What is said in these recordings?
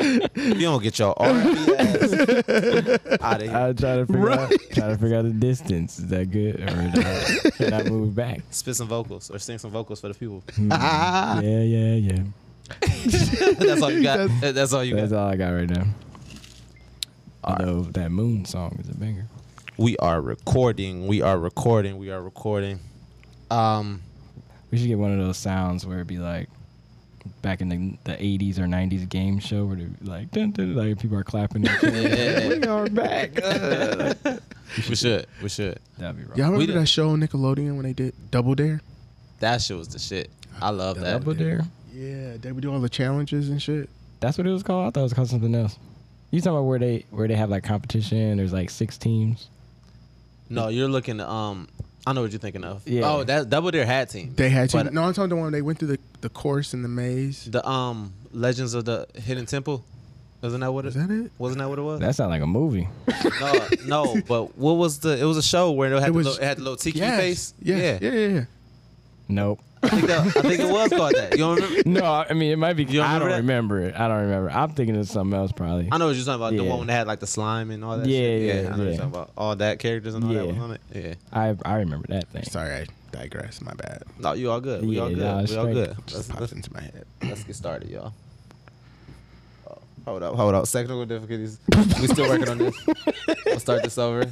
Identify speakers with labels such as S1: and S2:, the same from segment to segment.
S1: you don't get your RP ass out of here.
S2: I try to figure out
S3: Right.
S2: try to figure out the distance. Is that good or not? can I move back? Hmm.
S1: Spit some vocals or sing some vocals for the people.
S2: Yeah, yeah, yeah.
S1: That's all you got. That- That's all you
S2: That's
S1: got.
S2: all I got right now. Although that moon song is a banger.
S1: We are recording. We are recording. We are recording. Um,
S2: We should get one of those sounds where it'd be like back in the, the 80s or 90s game show where they'd be like, dun, dun, like people are clapping.
S1: yeah,
S2: we are back. That'd
S1: we should. We should.
S2: be wrong.
S3: Y'all
S1: We
S3: remember
S1: did-
S3: that show on Nickelodeon when they did Double Dare?
S1: That shit was the shit. I love that.
S2: Double Dare?
S3: Yeah, they would do all the challenges and shit.
S2: That's what it was called. I thought it was called something else. You talking about where they where they have like competition? There's like six teams.
S1: No, you're looking. Um, I know what you're thinking of.
S2: Yeah.
S1: Oh, that Double Dare hat team.
S3: They had to.
S1: But- uh,
S3: No, I'm talking the one they went through the, the course in the maze.
S1: The um Legends of the Hidden Temple. Wasn't that what it?
S3: Is that it?
S1: Wasn't that what it was?
S2: That sounds like a movie.
S1: no, no. But what was the? It was a show where it had,
S3: It
S1: the
S3: was-
S1: little, it had the little tiki
S3: Yes.
S1: face.
S3: Yeah. Yeah. Yeah. yeah.
S2: Nope.
S1: I think, that, I think it was called that. You don't remember?
S2: No, I mean it might be.
S1: You don't
S2: I don't
S1: remember that?
S2: remember it. I don't remember. I'm thinking of something else probably.
S1: I know what you're talking about. The
S2: Yeah.
S1: one that had like the slime and all that.
S2: Yeah,
S1: shit.
S2: yeah,
S1: I know what you're
S2: yeah.
S1: talking about. All that characters and all that
S2: Yeah.
S1: was on it. Yeah.
S2: I I remember that thing.
S3: Sorry, I digress. My bad.
S1: No, you all good. We all
S2: Yeah,
S1: good.
S2: nah,
S1: we
S2: it's
S1: all
S2: straight.
S1: good.
S3: Just
S1: Let's,
S3: popped
S1: let's,
S3: into my head.
S1: let's get started, y'all. Oh, Hold up, hold up. Technical difficulties. We still working on this. We'll start this over.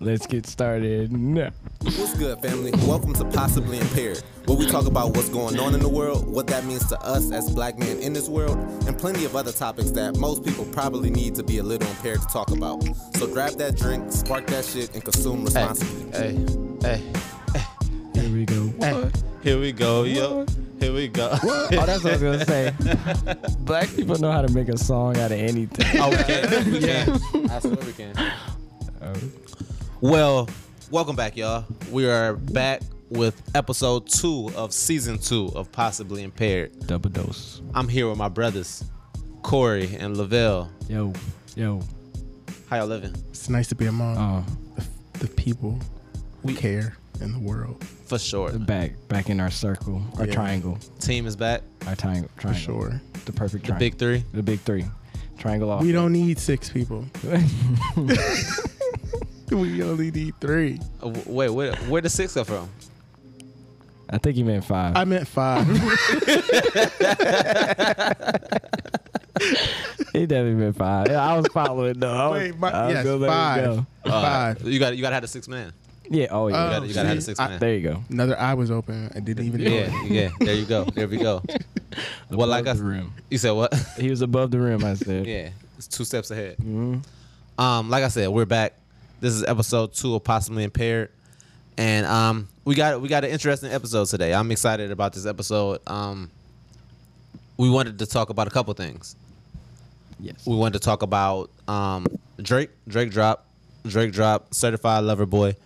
S2: Let's get started. No.
S4: What's good, family? Welcome to Possibly Impaired, where we talk about what's going on in the world, what that means to us as black men in this world, and plenty of other topics that most people probably need to be a little impaired to talk about. So grab that drink, spark that shit, and consume
S1: Hey,
S4: responsibly.
S1: hey, hey,
S2: Here we go.
S1: hey. Here we go, yo.
S2: What?
S1: Here we go.
S2: Oh, that's what I was gonna say. Black people know how to make a song out of anything.
S1: Oh, we can. We can. I swear we can. Well, welcome back, y'all. We are back with episode two of season two of Possibly Impaired.
S2: Double dose.
S1: I'm here with my brothers, Corey and Lavelle.
S2: Yo, yo.
S1: How y'all living?
S3: It's nice to be among
S1: Um,
S2: Uh,
S3: the, the people who care in the world.
S1: For sure.
S2: back back in our circle, our
S3: Yeah.
S2: triangle,
S1: Team is back.
S2: our triangle,
S3: For
S2: triangle.
S3: sure.
S2: The perfect
S1: The
S2: triangle.
S1: big three.
S2: The big three. Triangle off.
S3: We
S1: Uh,
S3: don't need six people. We only need three.
S1: Uh, w- Wait, where where the six come from?
S2: I think you meant five.
S3: I meant five.
S2: He definitely meant five. Yeah, I was following though. I was-
S3: Wait, my,
S2: I was
S3: yes,
S2: gonna let it
S3: five.
S2: go.
S1: Uh,
S3: Five.
S1: You got you got to have the six man.
S2: Yeah. Oh yeah.
S3: Oh,
S1: You got you got to have the
S3: see,
S1: six
S3: I-
S1: man.
S2: there you go.
S3: Another eye was open. I didn't even know.
S1: Yeah,
S3: it.
S1: yeah. There you go. There we go. well, like I
S2: Above the rim.
S1: you said, what?
S2: He was above the rim. I said.
S1: yeah, it's two steps ahead. Um, like I said, we're back. This is episode two of Possibly Impaired, and um, we got we got an interesting episode today. I'm excited about this episode. Um, we wanted to talk about a couple things.
S2: Yes.
S1: We wanted to talk about um, Drake, Drake drop, Drake drop, Certified Lover Boy.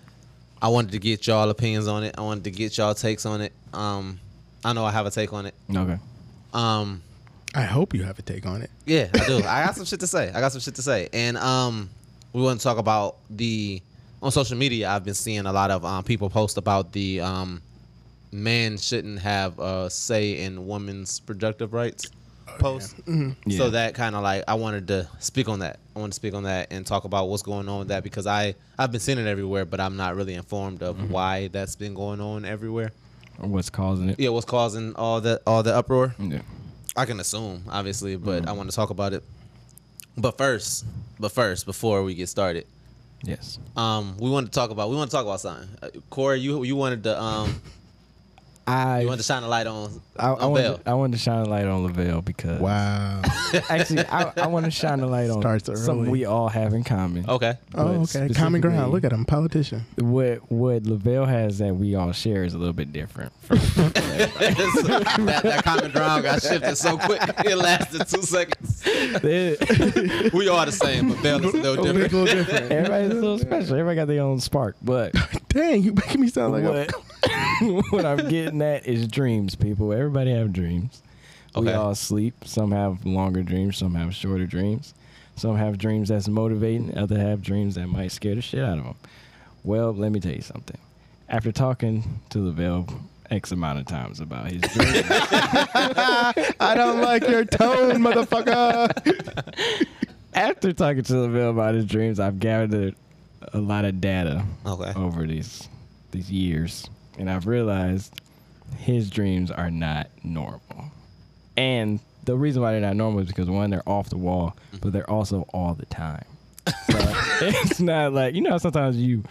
S1: I wanted to get y'all opinions on it. I wanted to get y'all takes on it. Um, I know I have a take on it.
S2: Okay.
S1: Um,
S3: I hope you have a take on it.
S1: yeah, I do. I got some shit to say. I got some shit to say. And um, we want to talk about the on social media. I've been seeing a lot of um, people post about the um, man shouldn't have a say in women's reproductive rights post. So
S2: Yeah.
S1: that kind of like I wanted to speak on that. I want to speak on that and talk about what's going on with that because I I've been seeing it everywhere, but I'm not really informed of why that's been going on everywhere.
S2: Or what's causing it?
S1: Yeah, what's causing all the all the uproar?
S2: Yeah.
S1: I can assume, obviously, but I want to talk about it. But first, but first, before we get started,
S2: Yes.
S1: um, we want to talk about we want to talk about something. Uh, Corey, you you wanted to um
S2: I.
S1: you wanted to shine a light on
S2: I, I,
S1: on Bell.
S2: wanted, I wanted to shine a light on Lavelle because
S3: Wow.
S2: actually I, I want to shine a light on
S3: Starts early.
S2: something we all have in common.
S1: Okay,
S3: oh,
S2: But
S3: okay. Common ground.
S2: specifically-
S3: Look at him, politician.
S2: What what Lavelle has that we all share is a little bit different. from-
S1: that, that common ground got shifted so quick it lasted two seconds. We all the same, but Bell is a little
S3: A
S1: different.
S3: little different.
S2: Everybody's a little special. Everybody got their own spark, but
S3: Dang, you making me sound like
S2: what, what I'm getting at is dreams, people. Everybody have dreams. We
S1: Okay.
S2: all sleep. Some have longer dreams. Some have shorter dreams. Some have dreams that's motivating. Other have dreams that might scare the shit out of them. Well, let me tell you something. After talking to Lavelle X amount of times about his jersey.
S3: I don't like your tone, motherfucker.
S2: After talking to Lavelle about his dreams, I've gathered a lot of data
S1: Okay.
S2: over these these years, and I've realized his dreams are not normal. And the reason why they're not normal is because one, they're off the wall, but they're also all the time. So it's not like you know. how Sometimes you,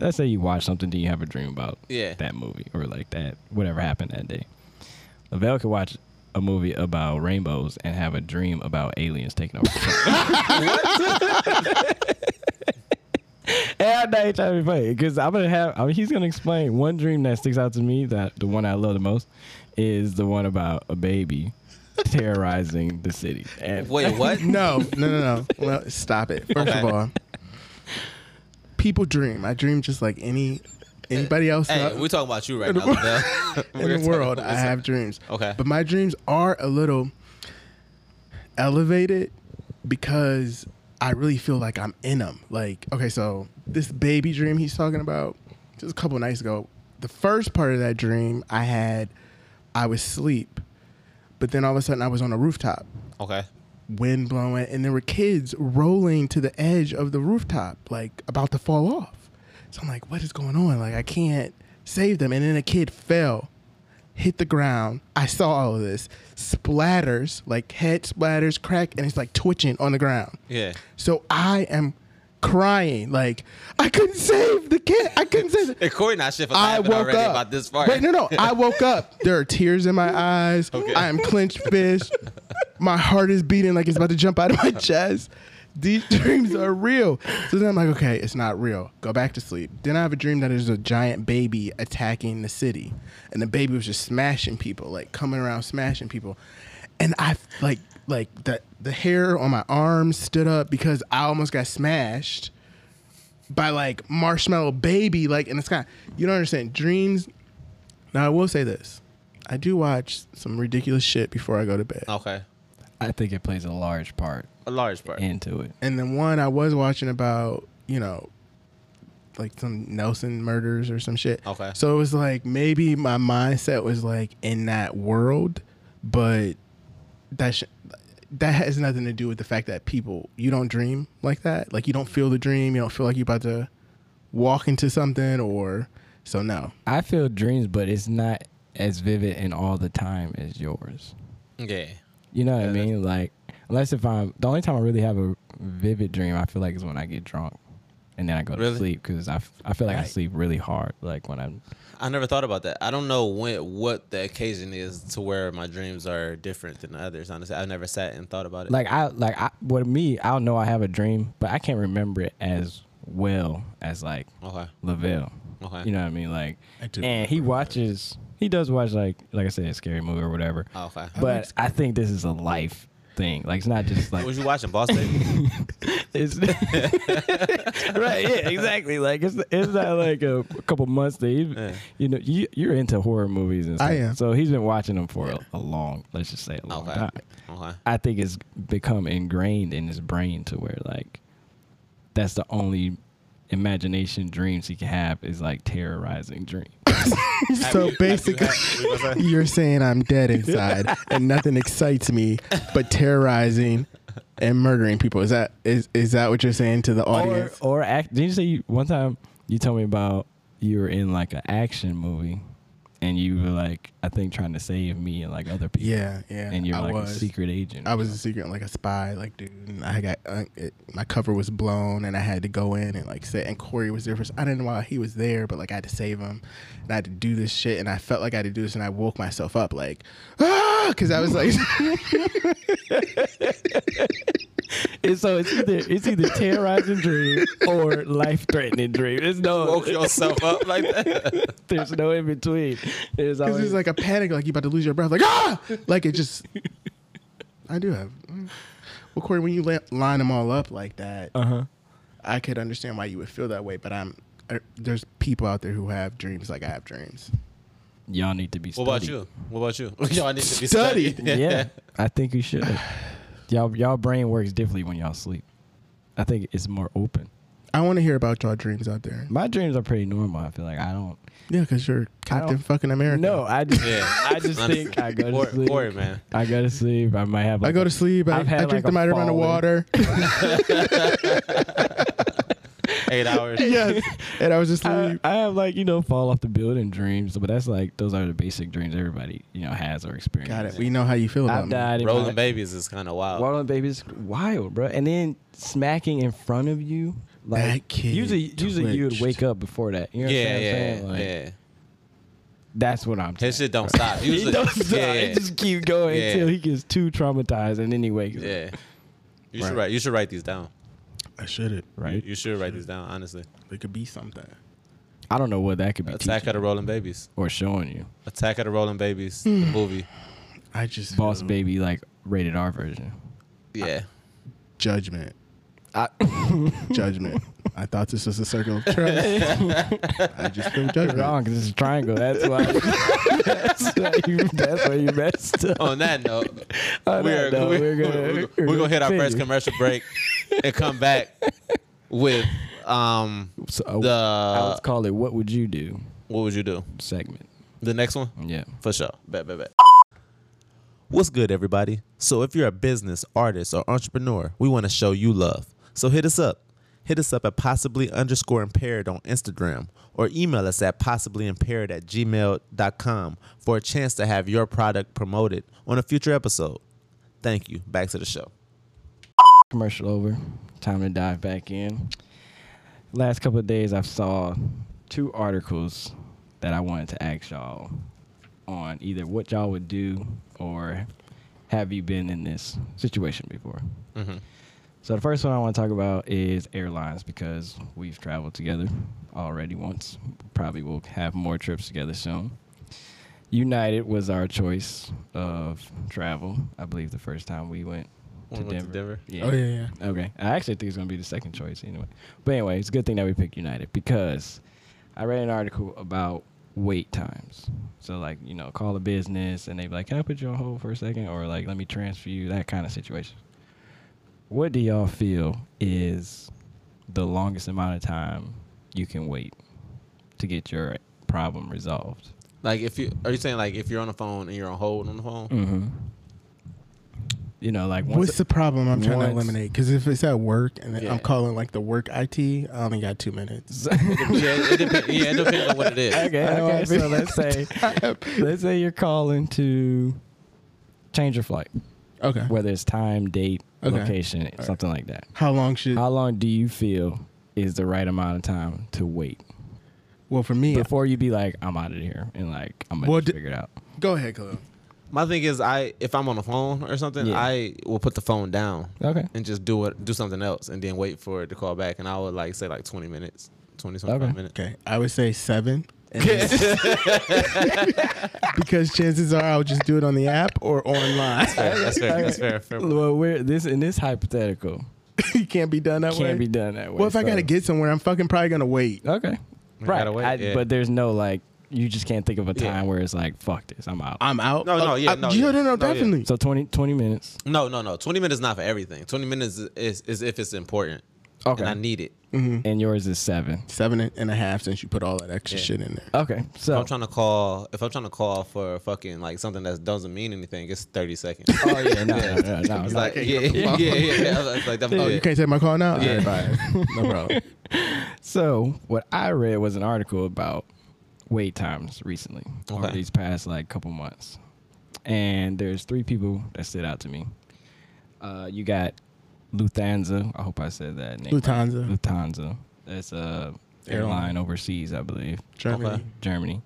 S2: let's say you watch something, then you have a dream about
S1: Yeah.
S2: that movie or like that whatever happened that day. Lavelle could watch a movie about rainbows and have a dream about aliens taking over. the planet. And I know trying to be funny because I'm gonna have. I mean, he's gonna explain one dream that sticks out to me. That the one I love the most is the one about a baby terrorizing the city. And
S1: Wait, what?
S3: No, no, no, no. Well, stop it. First
S1: Okay.
S3: of all, people dream. I dream just like any anybody else
S1: Hey,
S3: out
S1: we're talking about you right now. Lavelle. We're
S3: in
S1: talking
S3: the world.
S1: about
S3: I
S1: yourself.
S3: have dreams.
S1: Okay.
S3: but my dreams are a little elevated because I really feel like I'm in them. Like, okay, so this baby dream he's talking about just a couple nights ago, the first part of that dream I had, I was asleep, but then all of a sudden I was on a rooftop,
S1: Okay.
S3: wind blowing, and there were kids rolling to the edge of the rooftop, like about to fall off. So I'm like, what is going on? Like, I can't save them. And then a kid fell hit the ground. I saw all of this. Splatters, like head splatters, crack, and it's like twitching on the ground.
S1: Yeah.
S3: So I am crying, like, I couldn't save the kid. I couldn't save the-
S1: Hey, Corey and I shit for
S3: I
S1: laughing
S3: woke
S1: already
S3: up.
S1: about this part.
S3: Wait, no, no. I woke up. There are tears in my eyes. I am clenched fist. My heart is beating like it's about to jump out of my chest. These dreams are real. So then I'm like, okay, it's not real. Go back to sleep. Then I have a dream that there's a giant baby attacking the city, and the baby was just smashing people, like coming around smashing people, and I like like the the hair on my arm stood up because I almost got smashed by like marshmallow baby like in the sky you don't understand dreams now i will say this i do watch some ridiculous shit before i go to bed
S1: Okay.
S2: I think it plays a large part
S1: A large part.
S2: into it.
S3: and then one i was watching about you know like some nelson murders or some shit
S1: Okay.
S3: so it was like maybe my mindset was like in that world but that sh- that has nothing to do with the fact that people you don't dream like that like you don't feel the dream you don't feel like you're about to walk into something or so no
S2: I feel dreams, but it's not as vivid and all the time as yours.
S1: yeah.
S2: You know what I mean? Like, unless if I'm the only time I really have a vivid dream, I feel like is when I get drunk, and then I go to
S1: Really?
S2: sleep because I, f- I feel like I
S3: Right.
S2: sleep really hard. Like when I'm
S1: I never thought about that. I don't know when what the occasion is to where my dreams are different than others. Honestly, I've never sat and thought about it.
S2: like I like I with me, I'll know I have a dream, but I can't remember it as well as like
S1: okay.
S2: Lavelle.
S1: Okay.
S2: You know what I mean? Like,
S3: I do
S2: and he watches. He does watch like like I said, a scary movie or whatever.
S1: Oh, okay.
S2: but I think this is a life thing. Like it's not just
S1: What
S2: like
S1: was you watching, Boss Baby?
S2: it's right. Yeah, exactly. Like it's it's not like a, couple months that he, you know you you're into horror movies and stuff.
S3: I am.
S2: So he's been watching them for a, a long, let's just say a long
S1: Okay.
S2: time.
S1: Okay.
S2: I think it's become ingrained in his brain to where like that's the only imagination dreams he can have is like terrorizing dreams.
S3: so basically You're saying I'm dead inside and nothing excites me but terrorizing and murdering people. Is that is is that what you're saying to the audience?
S2: Or, or act. Did you say you, one time you told me about you were in like an action movie, and you were like, I think trying to save me and like other people.
S3: yeah, yeah.
S2: And you're
S3: I
S2: like
S3: was.
S2: a secret agent.
S3: I was a secret, like a spy, like dude. And I got uh, it, my cover was blown, and I had to go in and like say. And Corey was there first. I didn't know why he was there, but like I had to save him, and I had to do this shit. And I felt like I had to do this, and I woke myself up like, ah, because I was like,
S2: And so it's either it's either terrorizing dream or life threatening dream. There's no
S1: Woke yourself up like that.
S2: there's no in between. There's
S3: Because
S2: always
S3: it's like a panic, like you about to lose your breath, like ah, like it just. I do have. mm. Well, Corey, when you la- line them all up like that,
S2: uh huh.
S3: I could understand why you would feel that way. But I'm I, there's people out there who have dreams like I have dreams.
S2: Y'all need to be.
S1: What about
S2: studied.
S1: you? What about you? Y'all need to be
S3: Studied.
S1: studied.
S2: yeah, I think you should. Y'all, y'all brain works differently when y'all sleep. I think it's more open.
S3: I want to hear about y'all dreams out there.
S2: My dreams are pretty normal. I feel like I don't.
S3: Yeah, because you're Captain
S2: don't-
S3: fucking America.
S2: No, I just,
S1: Yeah.
S2: I just
S1: Honestly.
S2: think I go to
S1: Corey,
S2: sleep.
S1: Corey, man.
S2: I go to sleep. I might have. Like
S3: I go
S2: a-
S3: to sleep. I, I
S2: I've had,
S3: drink
S2: like,
S3: the
S2: a
S3: right amount of
S2: falling-
S3: water.
S1: Eight hours.
S3: yes, and I was just
S2: I,
S3: sleep.
S2: I have like you know fall off the building dreams, but that's like those are the basic dreams everybody you know has or experiences.
S3: Got it. Um, We know how you feel about
S2: Uh, I've
S3: me.
S2: died. in my-
S1: Rolling babies is kind of wild.
S2: Rolling babies, wild, bro. And then smacking in front of you, like
S3: That kid
S2: usually, usually you would
S3: twitched.
S2: wake up before that. You know what
S1: yeah,
S2: I'm
S1: yeah,
S2: saying? Like,
S1: yeah.
S2: That's what I'm.
S1: His
S2: saying,
S1: shit don't
S2: bro.
S1: stop.
S2: He
S1: Usually-
S2: don't stop.
S1: Yeah, yeah.
S2: It just keep going
S1: Yeah.
S2: until he gets too traumatized, and then he wakes up.
S1: Yeah. You
S2: Right.
S1: should write. You should write these down.
S3: I shouldn't.
S2: Right.
S1: You should write these down. Honestly,
S3: It could be something.
S2: I don't know what that could be
S1: Attack of the
S2: teaching
S1: Rolling Babies.
S2: or showing you.
S1: Attack of the Rolling Babies. the movie.
S3: I just
S2: Boss
S3: feel
S2: Baby, like rated R version.
S1: Yeah.
S3: judgment.
S2: I,
S3: Judgment. I thought this was a circle of trust. I just feel
S2: You're
S3: judgment.
S2: wrong because it's a triangle. That's why. that's, why you, that's why you messed up.
S1: On that note,
S2: On
S1: we're,
S2: that note,
S1: we're,
S2: we're
S1: we're,
S2: gonna-
S1: gonna,
S2: we're gonna
S1: hit our first
S2: continue.
S1: commercial break and come back with um
S2: So, uh, I
S1: the
S2: would call it "What Would You Do"
S1: what would you do?
S2: segment.
S1: The next one.
S2: Yeah.
S1: For sure. Bet, bet, bet. What's good, everybody? So, if you're a business, artist, or entrepreneur, we want to show you love. So, hit us up. Hit us up at possibly underscore impaired on Instagram or email us at possibly impaired at gmail.com for a chance to have your product promoted on a future episode. Thank you. Back to the show.
S2: Commercial over. Time to dive back in. Last couple of days, I saw two articles that I wanted to ask y'all on either what y'all would do or have you been in this situation before.
S1: Mm-hmm.
S2: So the first one I want to talk about is airlines because we've traveled together already once. Probably will have more trips together soon. United was our choice of travel. I believe the first time we went to,
S1: When we went to
S2: Denver.
S1: Denver?
S2: Yeah.
S3: Oh yeah, yeah.
S2: Okay. I actually think it's gonna be the second choice anyway. But anyway, it's a good thing that we picked United because I read an article about wait times. So like, you know, call a business and they be like, Can I put you on hold for a second? Or like let me transfer you, that kind of situation. What do y'all feel is the longest amount of time you can wait to get your problem resolved?
S1: Like, if you are you saying, like, if you're on the phone and you're on hold on the phone?
S2: Mm-hmm. You know, like once
S3: What's the problem I'm trying
S2: once-
S3: to eliminate? Because if it's at work and then
S1: Yeah.
S3: I'm calling like the work IT, I only got two minutes.
S1: yeah, it depends, yeah, it depends on what it is.
S2: okay,
S3: I don't
S2: okay.
S3: have
S2: So let's say let's say you're calling to change your flight,
S3: Okay.
S2: whether it's time, date,
S3: Okay.
S2: location, something like that.
S3: How long should?
S2: How long do you feel is the right amount of time to wait
S3: well, for me,
S2: before you be like, I'm out of here and like I'm gonna
S3: Well,
S2: just
S3: d-
S2: figure it out?
S3: go ahead, Khalil.
S1: My thing is, I if I'm on the phone or something,
S2: Yeah.
S1: I will put the phone down
S2: Okay.
S1: and just do it, do something else, and then wait for it to call back. And I would like say like 20 minutes, 20, 25
S2: Okay.
S1: minutes.
S3: Okay, I would say seven. And because chances are I'll just do it on the app or online.
S1: Fair, that's fair. That's fair. fair.
S2: Well, we're this in this hypothetical
S3: you can't be done that way.
S2: can't be done that way.
S3: Well, if I
S2: so-
S3: gotta get somewhere, I'm fucking probably gonna wait.
S2: okay,
S1: You
S2: right?
S1: gotta wait,
S2: I-
S1: yeah.
S2: But there's no like, you just can't think of a time
S1: Yeah.
S2: where it's like, fuck this, I'm out.
S3: I'm out. Oh,
S1: No, no, yeah,
S3: I-
S1: no,
S3: yeah,
S1: yeah.
S3: no, no,
S1: No, yeah.
S3: definitely.
S2: so 20, 20 minutes.
S1: No, no, no. 20 minutes is not for everything. 20 minutes is, is, is if it's important.
S2: Okay.
S1: And I need it.
S3: Mm-hmm.
S2: and yours is seven.
S3: Seven and a half since you put all that extra
S1: Yeah.
S3: shit in there.
S2: Okay,
S1: If
S2: so
S1: I'm trying to call, if I'm trying to call for fucking like something that doesn't mean anything, it's 30 seconds.
S2: oh yeah, no, no, no, no.
S1: It's
S2: It's
S1: like,
S2: like-
S1: yeah, yeah, yeah, yeah. I was like, that's
S3: Oh,
S1: yeah.
S3: you can't take my call now?
S1: Yeah.
S3: All right, bye. No problem.
S2: so what I read was an article about wait times recently over
S1: Okay.
S2: these past like couple months, and there's three people that stood out to me. Uh, you got Lufthansa. I hope I said that name. right.
S3: Lufthansa,
S2: Lufthansa. That's a
S3: Airline.
S2: airline overseas, I believe.
S3: Germany.
S1: Okay.
S2: Germany,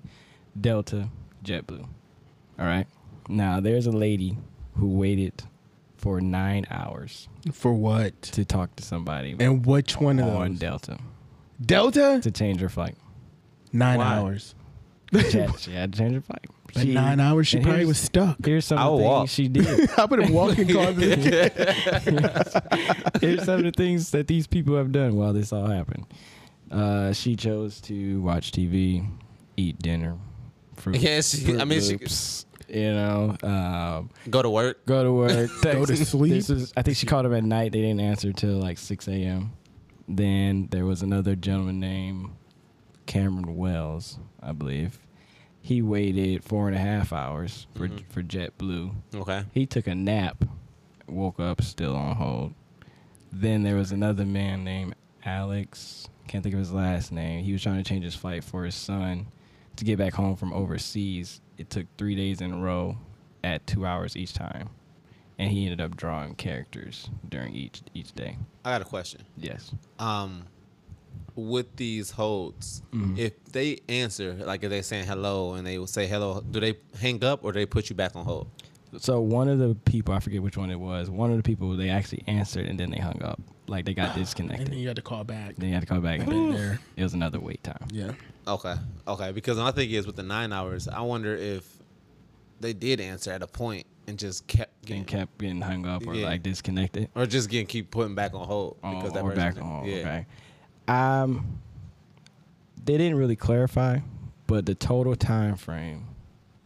S2: Delta, JetBlue. All right. Now there's a lady who waited for nine hours
S3: For what?
S2: to talk to somebody
S3: And which one of
S2: on
S3: those?
S2: Delta
S3: Delta?
S2: to change her flight.
S3: Nine
S1: Why?
S3: hours.
S2: She had, she had to change her flight.
S3: But nine hours, she
S2: and
S3: probably
S2: here's-
S3: was stuck.
S2: Here's some
S1: I
S2: of
S1: would
S2: the things
S1: walk.
S2: she did.
S3: I would have walked and called this
S2: Here's some of the things that these people have done while this all happened. Uh, she chose to watch TV, eat dinner, fruit,
S1: Yeah, she-
S2: Fruit
S1: I mean, she-
S2: Loops, you know, um,
S1: Go to work.
S2: go to work,
S3: to
S2: text.
S3: sleep.
S2: This is, I think she called him at night. They didn't answer till like 6 a.m. Then there was another gentleman named Cameron Wells, I believe. He waited four and a half hours for for JetBlue.
S1: Okay.
S2: He took a nap, woke up still on hold. Then there was another man named Alex. Can't think of his last name. He was trying to change his flight for his son to get back home from overseas. It took three days in a row at two hours each time. And he ended up drawing characters during each each day.
S1: I got a question.
S2: Yes.
S1: um with these holds if they answer like if they saying hello and they will say hello do they hang up or do they put you back on hold
S2: So one of the people, I forget which one it was, one of the people they actually answered and then they hung up. Like they got
S3: And then
S2: disconnected.
S3: you had to call back.
S2: Then you had to call back.
S3: Been
S2: And then
S3: there.
S2: it was another wait time.
S3: Yeah.
S1: okay okay because my thing is with the nine hours i wonder if they did answer at a point and just kept getting
S2: And kept getting hung up or
S1: Yeah.
S2: like disconnected.
S1: or just getting keep putting back on hold
S2: Oh,
S1: because that
S2: or
S1: person
S2: back on.
S1: yeah
S2: Okay. Um, they didn't really clarify, but the total time frame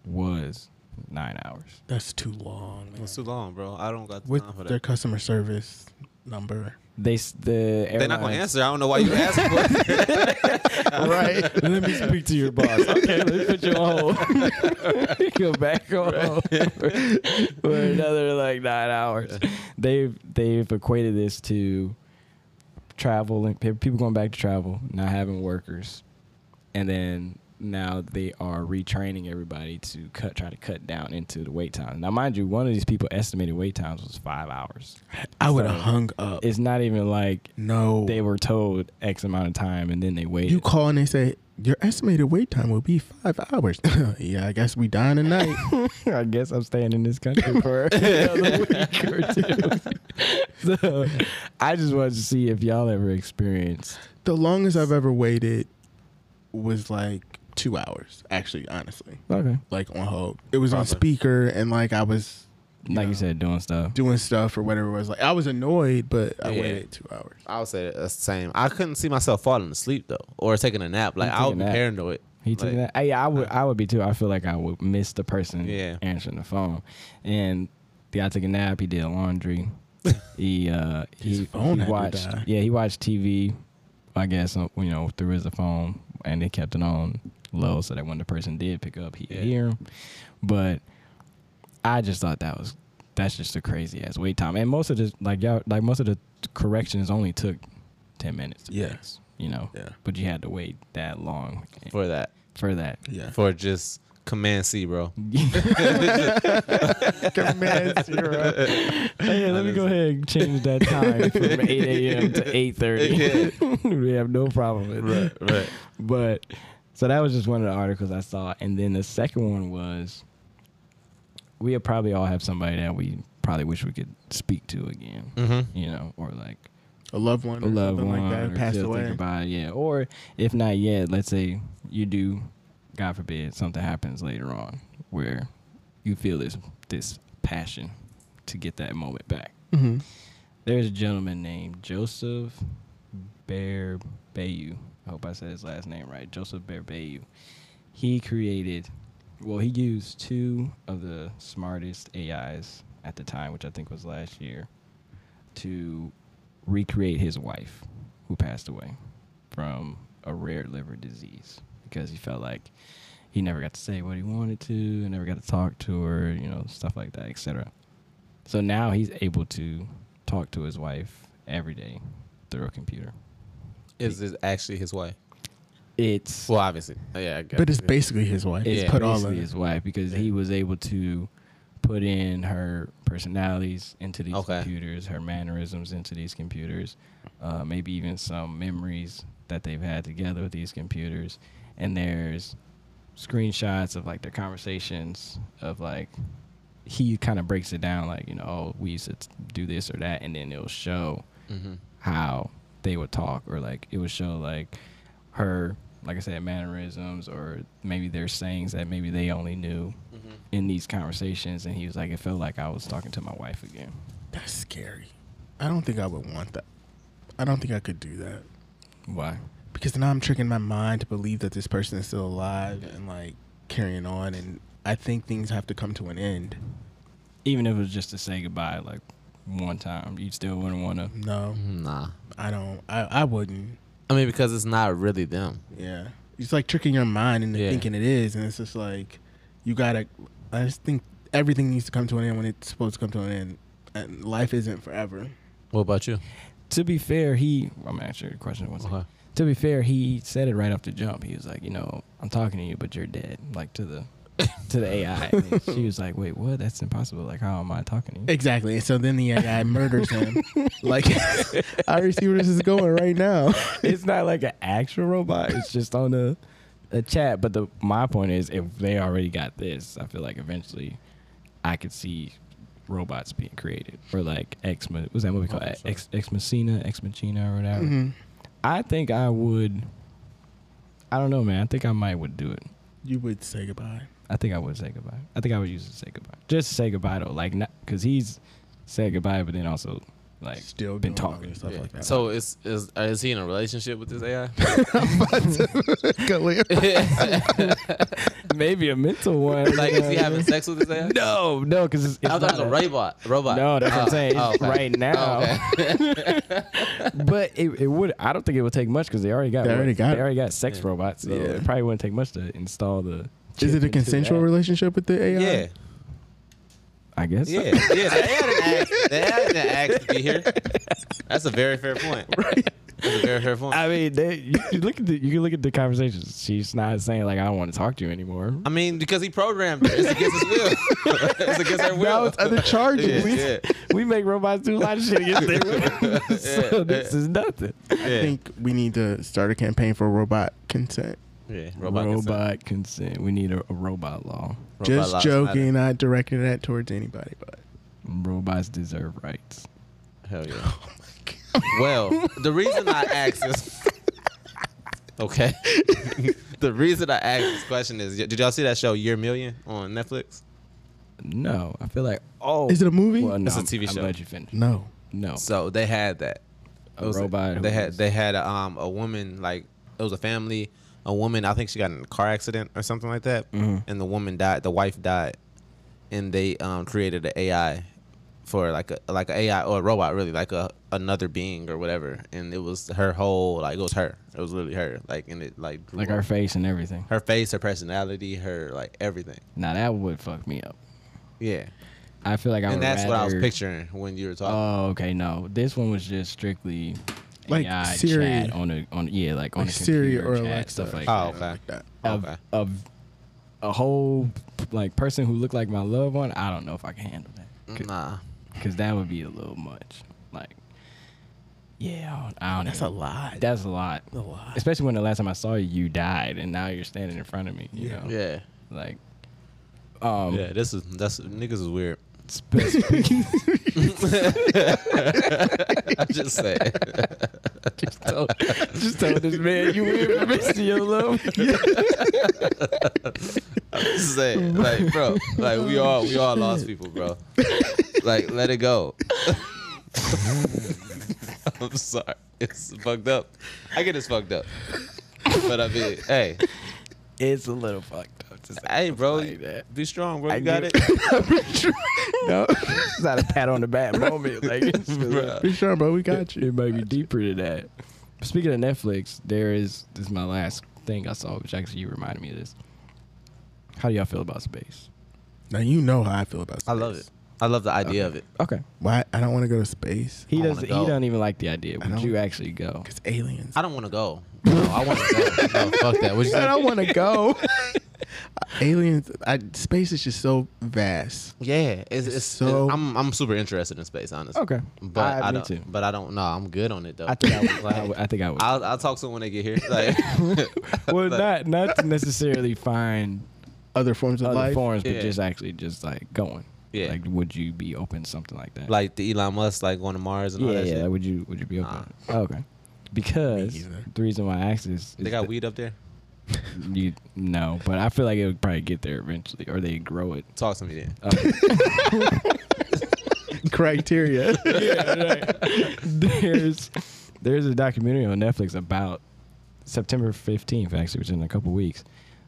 S2: was nine hours.
S3: That's too long. Man.
S1: it's too long bro i don't got the
S3: With
S1: time for
S3: their
S1: that
S3: customer service number.
S2: They s- the
S1: they're not gonna
S2: airlines-
S1: answer i don't know why you asked for it
S3: right.
S2: Let me speak to your boss. Okay, let's put you on hold. Go back on hold for another like nine hours. They've they've equated this to travel and pe- people going back to travel, not having workers, and then now they are retraining everybody to cut try to cut down into the wait time. Now, mind you, one of these people estimated wait times was five hours.
S3: I would have hung up.
S2: It's not even like
S3: No.
S2: they were told X amount of time and then they waited.
S3: you call and they say, your estimated wait time will be five hours. yeah, I guess we dine tonight.
S2: I guess I'm staying in this country for another week or two. so I just wanted to see if y'all ever experienced.
S3: the longest I've ever waited was like two hours, actually, honestly.
S2: Okay.
S3: Like on hold. It was on
S1: Probably.
S3: speaker and like I was
S2: Like you said, doing stuff.
S3: doing stuff or whatever it was. Like I was annoyed, but I
S1: Yeah.
S3: waited two hours.
S1: i would say that's the same i couldn't see myself falling asleep though or taking a nap like
S2: You
S1: i
S2: took
S1: would
S2: a
S1: be
S2: nap.
S1: paranoid
S2: He took
S1: Like- uh,
S2: that. I, I would. I would be too. I feel like I would miss the person
S1: Yeah.
S2: answering the phone. And the guy took a nap. He did laundry. he uh, he,
S3: phone
S2: he
S3: had to
S2: watched.
S3: die.
S2: Yeah, he watched TV. I guess uh, you know through his phone, and they kept it on low so that when the person did pick up, he could
S1: Yeah.
S2: hear him. But I just thought that was that's just a crazy ass wait time. And most of the like y'all like most of the corrections only took ten minutes. to
S3: Yeah.
S2: fix, you know.
S3: Yeah.
S2: But you had to wait that long
S1: for that
S2: for that.
S3: Yeah.
S1: for just command C, bro.
S3: Command zero.
S2: Hey, let me go ahead and change that time from 8 a.m. to 8:30. we have no problem with that.
S1: Right.
S2: But so that was just one of the articles I saw, and then the second one was we probably all have somebody that we probably wish we could speak to again,
S1: Mm-hmm.
S2: you know, or like
S3: A loved one
S2: a
S3: or
S2: loved
S3: something
S2: one
S3: like that
S2: or
S3: passed
S2: still
S3: away.
S2: Think about it, yeah. Or if not yet, let's say you do, God forbid, something happens later on where you feel this this passion to get that moment back.
S3: hmm
S2: There's a gentleman named Joseph Bear Bayou. I hope I said his last name right. Joseph Bear Bayou. He created, well, he used two of the smartest AIs at the time, which I think was last year, to recreate his wife, who passed away from a rare liver disease because he felt like he never got to say what he wanted to, and never got to talk to her, you know, stuff like that, etc. So now he's able to talk to his wife every day through a computer.
S1: Is this actually his wife?
S2: It's
S1: Well, obviously. Yeah, I guess.
S3: But it's basically his wife.
S2: it's
S1: Yeah.
S3: put all
S2: basically
S3: in.
S2: his wife because he was able to put in her personalities into these
S1: Okay.
S2: computers, her mannerisms into these computers, uh, maybe even some memories that they've had together with these computers. And there's screenshots of like their conversations of like he kind of breaks it down like you know oh we used to t- do this or that and then it'll show
S1: Mm-hmm.
S2: how they would talk or like it would show like her like i said mannerisms or maybe their sayings that maybe they only knew in these conversations and he was like it felt like i was talking to my wife again
S3: That's scary. I don't think I would want that. I don't think I could do that.
S2: why
S3: because now I'm tricking my mind to believe that this person is still alive and like carrying on, and I think things have to come to an end.
S2: even if it was just to say goodbye like one time, you still wouldn't want to.
S3: No,
S1: Mm-hmm. Nah.
S3: I don't. I, I wouldn't.
S1: I mean, because it's not really them.
S3: Yeah. It's like tricking your mind into
S1: Yeah.
S3: thinking it is. And it's just like, you gotta, I just think everything needs to come to an end when it's supposed to come to an end. And life isn't forever.
S1: What about you?
S2: To be fair, he. I'm gonna answer your question once.
S1: Okay.
S2: To be fair, he said it right off the jump. He was like, you know, I'm talking to you, but you're dead. Like to the to the AI. And she was like, wait, what? That's impossible. Like, how am I talking to you?
S3: Exactly. And so then the AI murders him. Like, I already see where this is going right now.
S2: it's not like an actual robot. It's just on a a chat. But the my point is, if they already got this, I feel like eventually, I could see robots being created or like Ex. Ma- What's that movie called?
S1: Oh, sorry.
S2: Ex Ex Machina, Ex Machina, or whatever.
S3: Mm-hmm.
S2: I think I would. I don't know, man. I think I might would do it.
S3: You would say goodbye.
S2: I think I would say goodbye. I think I would use it to say goodbye. Just say goodbye though, like not because he's said goodbye, but then also like
S3: Still
S2: been
S3: doing all
S2: talking.
S3: this stuff like that.
S1: So is is uh, is he in a relationship with this AI?
S3: Khalil.
S2: Maybe a mental one.
S1: like, is he having sex with this AI?
S2: No, no, because it's, it's
S1: I thought it was
S2: not
S1: a robot. Robot.
S2: No, that's what I'm
S1: Oh,
S2: saying.
S1: oh,
S2: It's
S1: okay.
S2: Right now,
S1: Oh, okay.
S2: but it, it would. I don't think it would take much because they already got
S3: They already got-
S2: they already got sex
S1: Yeah.
S2: robots. So
S3: Yeah.
S2: it probably wouldn't take much to install the. chip
S3: Is it
S2: into
S3: a consensual
S2: that.
S3: relationship with the AI?
S1: Yeah.
S2: I guess. so.
S1: Yeah. Yeah. The AI didn't ask, the AI didn't ask to be here. That's a very fair point. That's a very fair point.
S2: I mean, they, you, you look at the you can look at the conversations. She's not saying like I don't want to talk to you anymore.
S1: I mean, because he programmed her. It's against his will. it's against her
S3: Now
S1: will.
S3: it's other charges.
S1: yeah, yeah.
S2: we make robots do a lot of shit against their will. so this is nothing.
S1: yeah.
S3: I think we need to start a campaign for robot consent.
S1: yeah.
S2: Robot,
S1: consent.
S2: consent. We need a, a robot law.
S1: Robot
S3: Just
S1: lives
S3: joking,
S1: matter.
S3: not directing that towards anybody, but
S2: Robots deserve rights.
S1: Hell yeah.
S3: Oh
S1: Well, the reason I asked this. Okay. the reason I asked this question is did y'all see that show Year Million on Netflix?
S2: No, I feel like oh,
S3: Is it a movie?
S2: Well, no,
S1: It's a
S2: I'm-
S1: TV
S2: I'm
S1: show.
S2: glad you finished.
S3: no.
S2: No,
S1: Mm-hmm. So they had that.
S2: A
S1: It was
S2: robot who
S1: they had
S2: was-
S1: they had a, um a woman like it was a family. A woman, I think she got in a car accident or something like that,
S2: Mm-hmm.
S1: and the woman died. The wife died, and they um created an AI for like a like an AI or a robot, really like a another being or whatever. And it was her whole like it was her. It was literally her. Like and it like drew
S2: like
S1: up
S2: our face and everything.
S1: her face, her personality, her like everything.
S2: Now that would fuck me up.
S1: Yeah,
S2: I feel like I
S1: and
S2: would
S1: that's what I was
S2: rather-
S1: picturing when you were talking.
S2: Oh, okay. No, this one was just strictly
S3: Like
S2: AI
S3: Siri.
S2: chat on a on yeah, like on
S3: Like
S2: a
S3: Siri
S2: computer
S3: or
S2: chat,
S3: Alexa
S2: stuff
S3: or
S2: like
S1: oh,
S2: that.
S1: okay,
S3: that.
S2: Of,
S1: okay.
S2: of a whole like person who looked like my loved one. I don't know if I can handle that
S1: Nah,
S2: because that would be a little much. Like, yeah, I don't. I don't
S3: That's a
S2: even-
S3: lot.
S2: That's a lot.
S3: a lot.
S2: Especially when the last time I saw you, you died, and now you're standing in front of me. You know,
S1: yeah,
S2: like, um,
S1: yeah. This is that's niggas is weird.
S2: spe-
S1: I just say.
S2: just, tell, just tell this man you weird for missing your love.
S1: just saying, like, bro, like we all we all lost people, bro. Like, let it go. I'm sorry, it's fucked up. I get it's fucked up, but I mean, hey,
S2: It's a little fucked up. to say
S1: hey, bro,
S2: like that.
S1: be strong, bro.
S2: I
S1: You got
S2: get-
S1: it,
S2: No, it's not a pat on the back moment. Like, it's just-
S1: bro.
S3: Be sure, bro. We got
S2: It,
S3: you.
S2: it might be deeper than that. Speaking of Netflix, there is this is my last thing I saw, which actually you reminded me of this. How do y'all feel about space?
S3: Now you know how I feel about. Space.
S1: I love it. I love the idea of it.
S2: Okay,
S3: Why I don't want to go to space?
S2: he
S1: I
S2: doesn't.
S1: wanna
S2: He
S1: go.
S2: doesn't even like the idea. Would
S3: don't-
S2: you actually go?
S3: Cause aliens.
S1: I don't want to go. No, I want to go. No, fuck that. What you
S3: I
S1: say?
S3: don't want to go. aliens. I, space is just so vast.
S1: Yeah, it's, it's
S3: So-
S1: I'm I'm super interested in space, honestly.
S2: Okay,
S1: But I,
S2: me
S1: don't.
S2: too.
S1: But I don't. No, I'm good on it though.
S2: I think I would. I, would- I think I would.
S1: I'll, I'll talk to them when they get here. Like,
S2: well,
S1: But-
S2: not not to necessarily find
S3: Other forms of
S2: other
S3: life.
S2: forms, but
S1: Yeah.
S2: just actually just like going.
S1: Yeah.
S2: Like, would you be open to something like that?
S1: like the Elon Musk, like going to Mars and all
S2: yeah,
S1: that
S2: yeah.
S1: shit.
S2: Would you would you be open?
S1: Nah.
S2: Oh, okay. Because
S3: either.
S2: the reason why I asked this is
S1: They got
S2: that
S1: weed up there.
S2: you no, but I feel like it would probably get there eventually, or they grow it.
S1: Talk to me then.
S2: Okay.
S3: Criteria.
S2: there's there's a documentary on Netflix about September 15th, actually, which is in a couple weeks,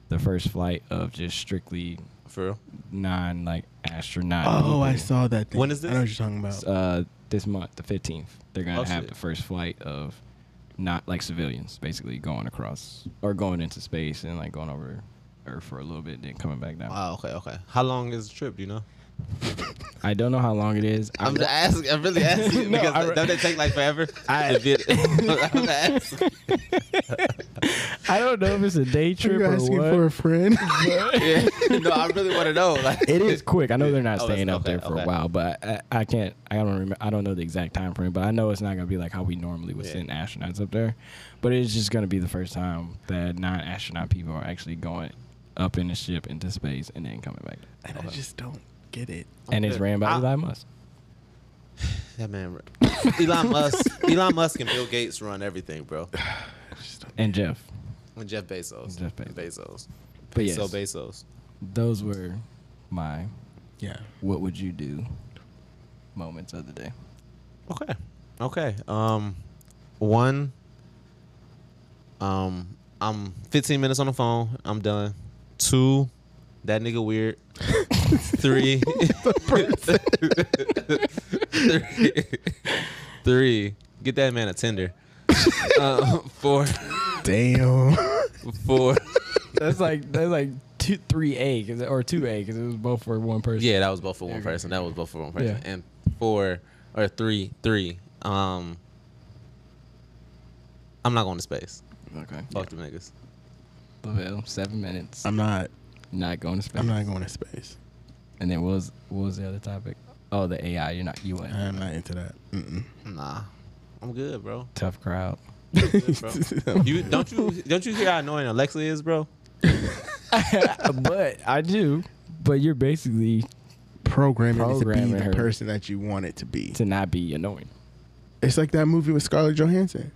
S2: the first flight of just strictly
S1: For real?
S2: non like astronaut.
S3: Oh, I
S2: people.
S3: saw that. Thing.
S1: When is
S3: I know what
S1: this?
S3: you're talking about.
S2: Uh, this month, the fifteenth, they're gonna
S1: Oh,
S2: have
S1: shit.
S2: the first flight of not like civilians, basically going across or going into space and like going over Earth for a little bit, then coming back down.
S1: Oh, okay, okay. How long is the trip? Do you know?
S2: I don't know how long it is. I
S1: I'm
S2: wa-
S1: just asking. I'm really asking
S2: No,
S1: because
S2: I re-
S1: don't they take like forever? I did. I'm asking.
S2: I don't know if it's a day
S3: Are
S2: trip
S3: you
S2: or
S3: asking
S2: what.
S3: for a friend?
S1: Yeah. No, I really want to know. Like,
S2: it is quick. I know they're not
S1: Oh,
S2: staying
S1: it's-
S2: up
S1: okay,
S2: there for
S1: okay.
S2: a while, but I, I can't. I don't remember. I don't know the exact time frame, but I know it's not gonna be like how we normally would
S1: Yeah.
S2: send astronauts up there. But it's just gonna be the first time that non-astronaut people are actually going up in a ship into space and then coming back.
S3: and I just don't get it.
S2: And it's
S1: good.
S2: ran by
S1: I-
S2: Elon Musk.
S1: That man, Elon Musk, Elon Musk and Bill Gates run everything, bro.
S3: I just don't.
S2: and Jeff.
S1: And Jeff Bezos.
S2: Jeff Bezos.
S1: Bezos.
S2: But yes,
S1: So Bezos.
S2: those were my
S3: Yeah.
S2: "What would you do?" moments of the day.
S1: Okay. Okay. Um, one. Um, I'm 15 minutes on the phone. I'm done. Two. That nigga weird. Three. Three. Three. Get that man a Tinder. uh, four.
S3: Damn.
S1: Four.
S2: That's like that's like two, three A, cause, or two A, because it was both for one person.
S1: Yeah, that was both for one person. That was both for one person.
S2: Yeah.
S1: And four or three, three. Um, I'm not going to space.
S2: Okay.
S1: Fuck them niggas.
S2: Lavelle, seven minutes.
S3: I'm not.
S2: not going to space.
S3: I'm not going to space.
S2: And then what was what was the other topic? Oh, the AI. You're not. You went
S3: I'm not into that. Mm-mm.
S1: Nah, I'm good, bro.
S2: tough crowd.
S1: I'm good, bro. you don't you don't you hear how annoying Alexa is, bro?
S2: but I do. But you're basically
S3: Programming, it to
S2: Programming
S3: be
S2: her.
S3: the person that you want it to be.
S2: to not be annoying.
S3: It's like that movie with Scarlett Johansson.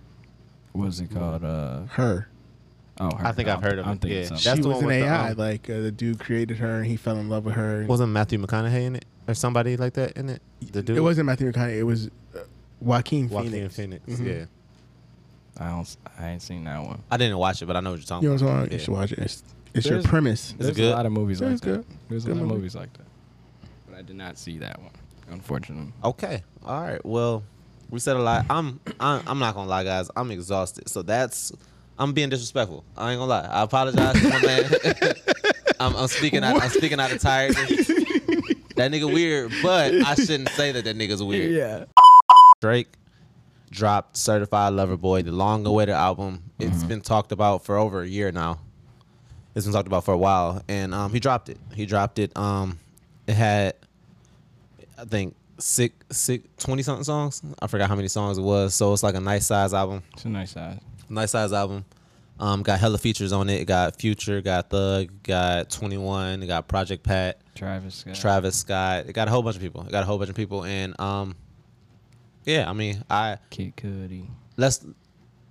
S2: What was it called? Uh
S3: Her.
S2: oh.
S1: I think I've heard of it. Yeah.
S2: That's
S1: That's
S3: she
S1: the
S3: was
S1: one with
S3: an
S1: the,
S3: AI.
S1: um,
S3: like uh, the dude created her, and he fell in love with her. and-
S1: Wasn't Matthew McConaughey in it or somebody like that in it? The dude.
S3: It wasn't Matthew McConaughey. It was uh, Joaquin,
S1: Joaquin
S3: Phoenix.
S1: Phoenix.
S3: Mhm.
S1: Yeah,
S2: I don't. s- I ain't seen that one.
S1: I didn't watch it, but I know what you're talking
S3: You know what I'm
S1: about.
S3: saying? You should watch it. It's, it's your
S2: There's-
S3: premise.
S1: It's
S2: There's
S1: good.
S2: a lot of movies
S3: Yeah,
S2: like
S3: it's
S2: that.
S3: good.
S2: There's a
S3: Good
S2: lot of
S3: movie.
S2: movies like that. But I did not see that one, unfortunately.
S1: Yeah. Okay. All right. Well, we said a lot. I'm I'm, I'm not gonna lie, guys. I'm exhausted. So that's I'm being disrespectful. I ain't gonna lie. I apologize, to my man. I'm, I'm speaking out. I'm speaking out of tiredness. that nigga weird, but I shouldn't say that. That nigga's weird.
S2: Yeah.
S1: Drake dropped Certified Lover Boy, the long awaited album. It's been talked about for over a year now. It's been talked about for a while. And um, he dropped it. He dropped it. Um, it had, I think, six, six, 20 something songs. I forgot how many songs it was. So it's like a nice size album.
S2: It's a nice size.
S1: Nice size album. Um, got hella features on it. It got Future, got Thug, got 21, it got Project Pat.
S2: Travis Scott.
S1: Travis Scott. It got a whole bunch of people. It got a whole bunch of people, and um, yeah. I mean, I
S2: Kid Cudi.
S1: let's.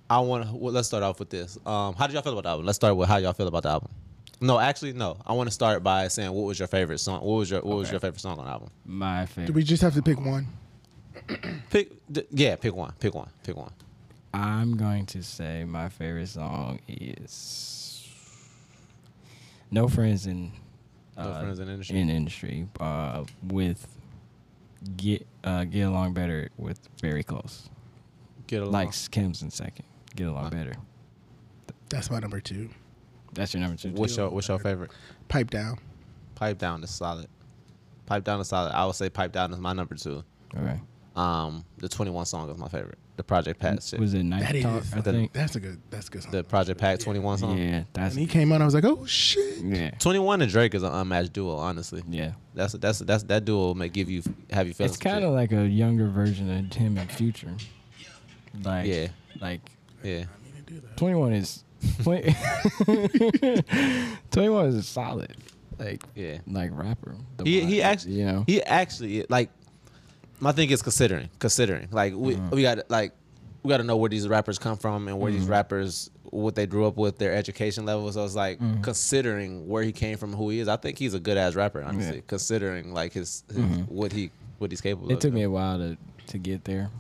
S1: I want. to Well, let's start off with this. Um, how did y'all feel about the album? Let's start with how y'all feel about the album. No, actually, no. I want to start by saying what was your favorite song. What was your What was
S2: Okay.
S1: your favorite song on the album?
S2: My favorite.
S3: Do we just have to pick one?
S1: Pick. D- yeah, pick one. Pick one. Pick one.
S2: I'm going to say my favorite song is No Friends in
S1: No
S2: Uh,
S1: friends in industry.
S2: in Industry uh, with Get uh, Get Along Better with Very Close.
S1: Get along.
S2: Like Kim's in second. Get Along Better.
S3: That's my number two.
S2: That's your number two.
S1: What's your What's your favorite?
S3: Pipe down.
S1: Pipe down is solid. Pipe down is solid. I would say pipe down is my number two.
S2: Okay.
S1: Um, the twenty one song is my favorite. The Project Pat shit.
S2: Was it Night
S3: That is.
S2: Talk? I think.
S3: That's a good. That's a good. Song.
S1: the Project Pat twenty one song.
S2: Yeah, that's
S3: When he came on, I was like, oh shit.
S2: yeah,
S1: 21 and Drake is an unmatched duo, honestly.
S2: yeah.
S1: That's that's that's that duo may give you have you feel.
S2: It's kind of like a younger version of him and Future. Like
S1: Yeah.
S2: like
S1: yeah.
S2: 21 is 20, 21 is a solid like
S1: Yeah.
S2: like rapper The
S1: He he
S2: vibe,
S1: actually
S2: you know
S1: he actually like my thing is considering considering like we
S2: Mm-hmm.
S1: we got like we got to know where these rappers come from and where these rappers what they grew up with their education level. So it's like
S2: Mm-hmm.
S1: considering where he came from, who he is. I think he's a good ass rapper, honestly.
S2: Yeah. Mm-hmm.
S1: Considering like his, his what he what he's capable of.
S2: it took me a while to to get there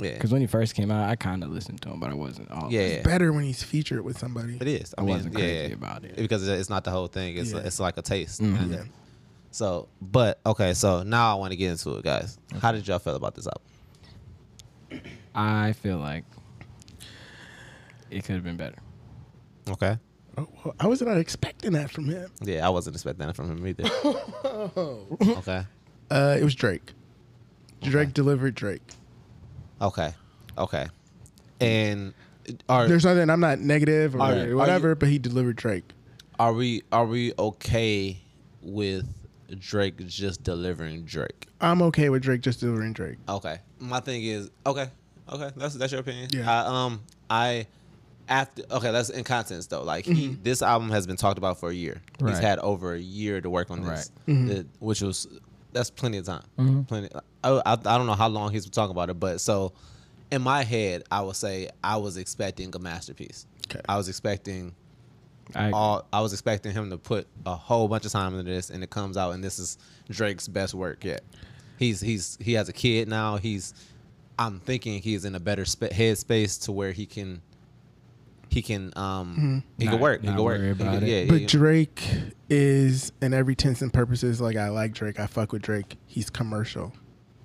S1: yeah.
S2: because when he first came out I kind of listened to him but I wasn't all
S1: Yeah,
S3: It's
S1: yeah.
S3: better when he's featured with somebody.
S1: It is. I,
S2: I
S1: mean,
S2: wasn't
S1: yeah,
S2: crazy
S1: yeah.
S2: about it. Mm-hmm.
S1: because it's not the whole thing. It's
S3: Yeah.
S1: it's like a taste. And So, but okay, so now I want to get into it, guys. How did y'all feel about this album?
S2: I feel like it could have been better.
S1: Okay.
S3: Oh, well, I was not expecting that from him.
S1: Yeah, I wasn't expecting that from him either. okay.
S3: Uh, it was Drake. Drake delivered Drake.
S1: Okay. Okay. And are
S3: There's nothing. I'm not negative or
S1: Are you- are
S3: whatever,
S1: you-
S3: but he delivered Drake.
S1: are we are we okay with Drake just delivering Drake?
S3: I'm okay with Drake just delivering Drake.
S1: Okay. My thing is okay. Okay, that's that's your opinion.
S3: Yeah.
S1: I, um, I after okay, that's in contents though. Like he,
S3: Mm-hmm.
S1: this album has been talked about for a year. He's
S2: Right.
S1: had over a year to work on this, It- which was that's plenty of time.
S3: Mm-hmm.
S1: Plenty. I, I I don't know how long he's been talking about it, but so in my head, I would say I was expecting a masterpiece.
S3: Okay.
S1: I was expecting
S2: I
S1: all I was expecting him to put a whole bunch of time into this, and it comes out, and this is Drake's best work yet. He's he's he has a kid now. He's I'm thinking he's in a better sp- headspace to where he can he can um he can
S2: Not-
S1: work he
S2: not
S1: can work
S2: worry
S1: He
S2: about
S1: can-
S2: it.
S1: yeah, yeah,
S3: But
S1: yeah.
S3: Drake is, in every tense and purposes, like I like Drake. I fuck with Drake. He's commercial.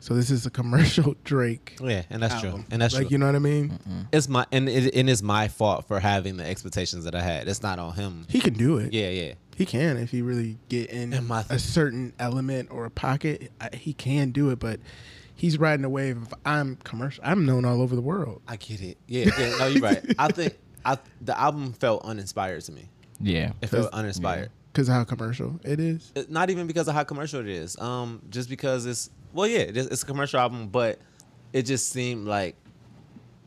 S3: So this is a commercial Drake.
S1: yeah, and that's true,
S3: album.
S1: and that's
S3: like
S1: true. Mm.
S3: you know what I mean.
S2: mm,
S1: it's my and it, and it's my fault for having the expectations that I had. It's not on him.
S3: He can do it.
S1: Yeah, yeah.
S3: he can if he really get in
S1: And my
S3: a
S1: th-
S3: certain element or a pocket. I, he can do it, but he's riding a wave. Of, I'm commercial. I'm known all over the world.
S1: I get it. Yeah, yeah. No, you're right. I think I the album felt uninspired to me.
S2: yeah.
S1: It felt uninspired.
S3: Cause of how commercial it is.
S1: it- not even because of how commercial it is. Um, just because it's well, yeah, it is, it's a commercial album, but it just seemed like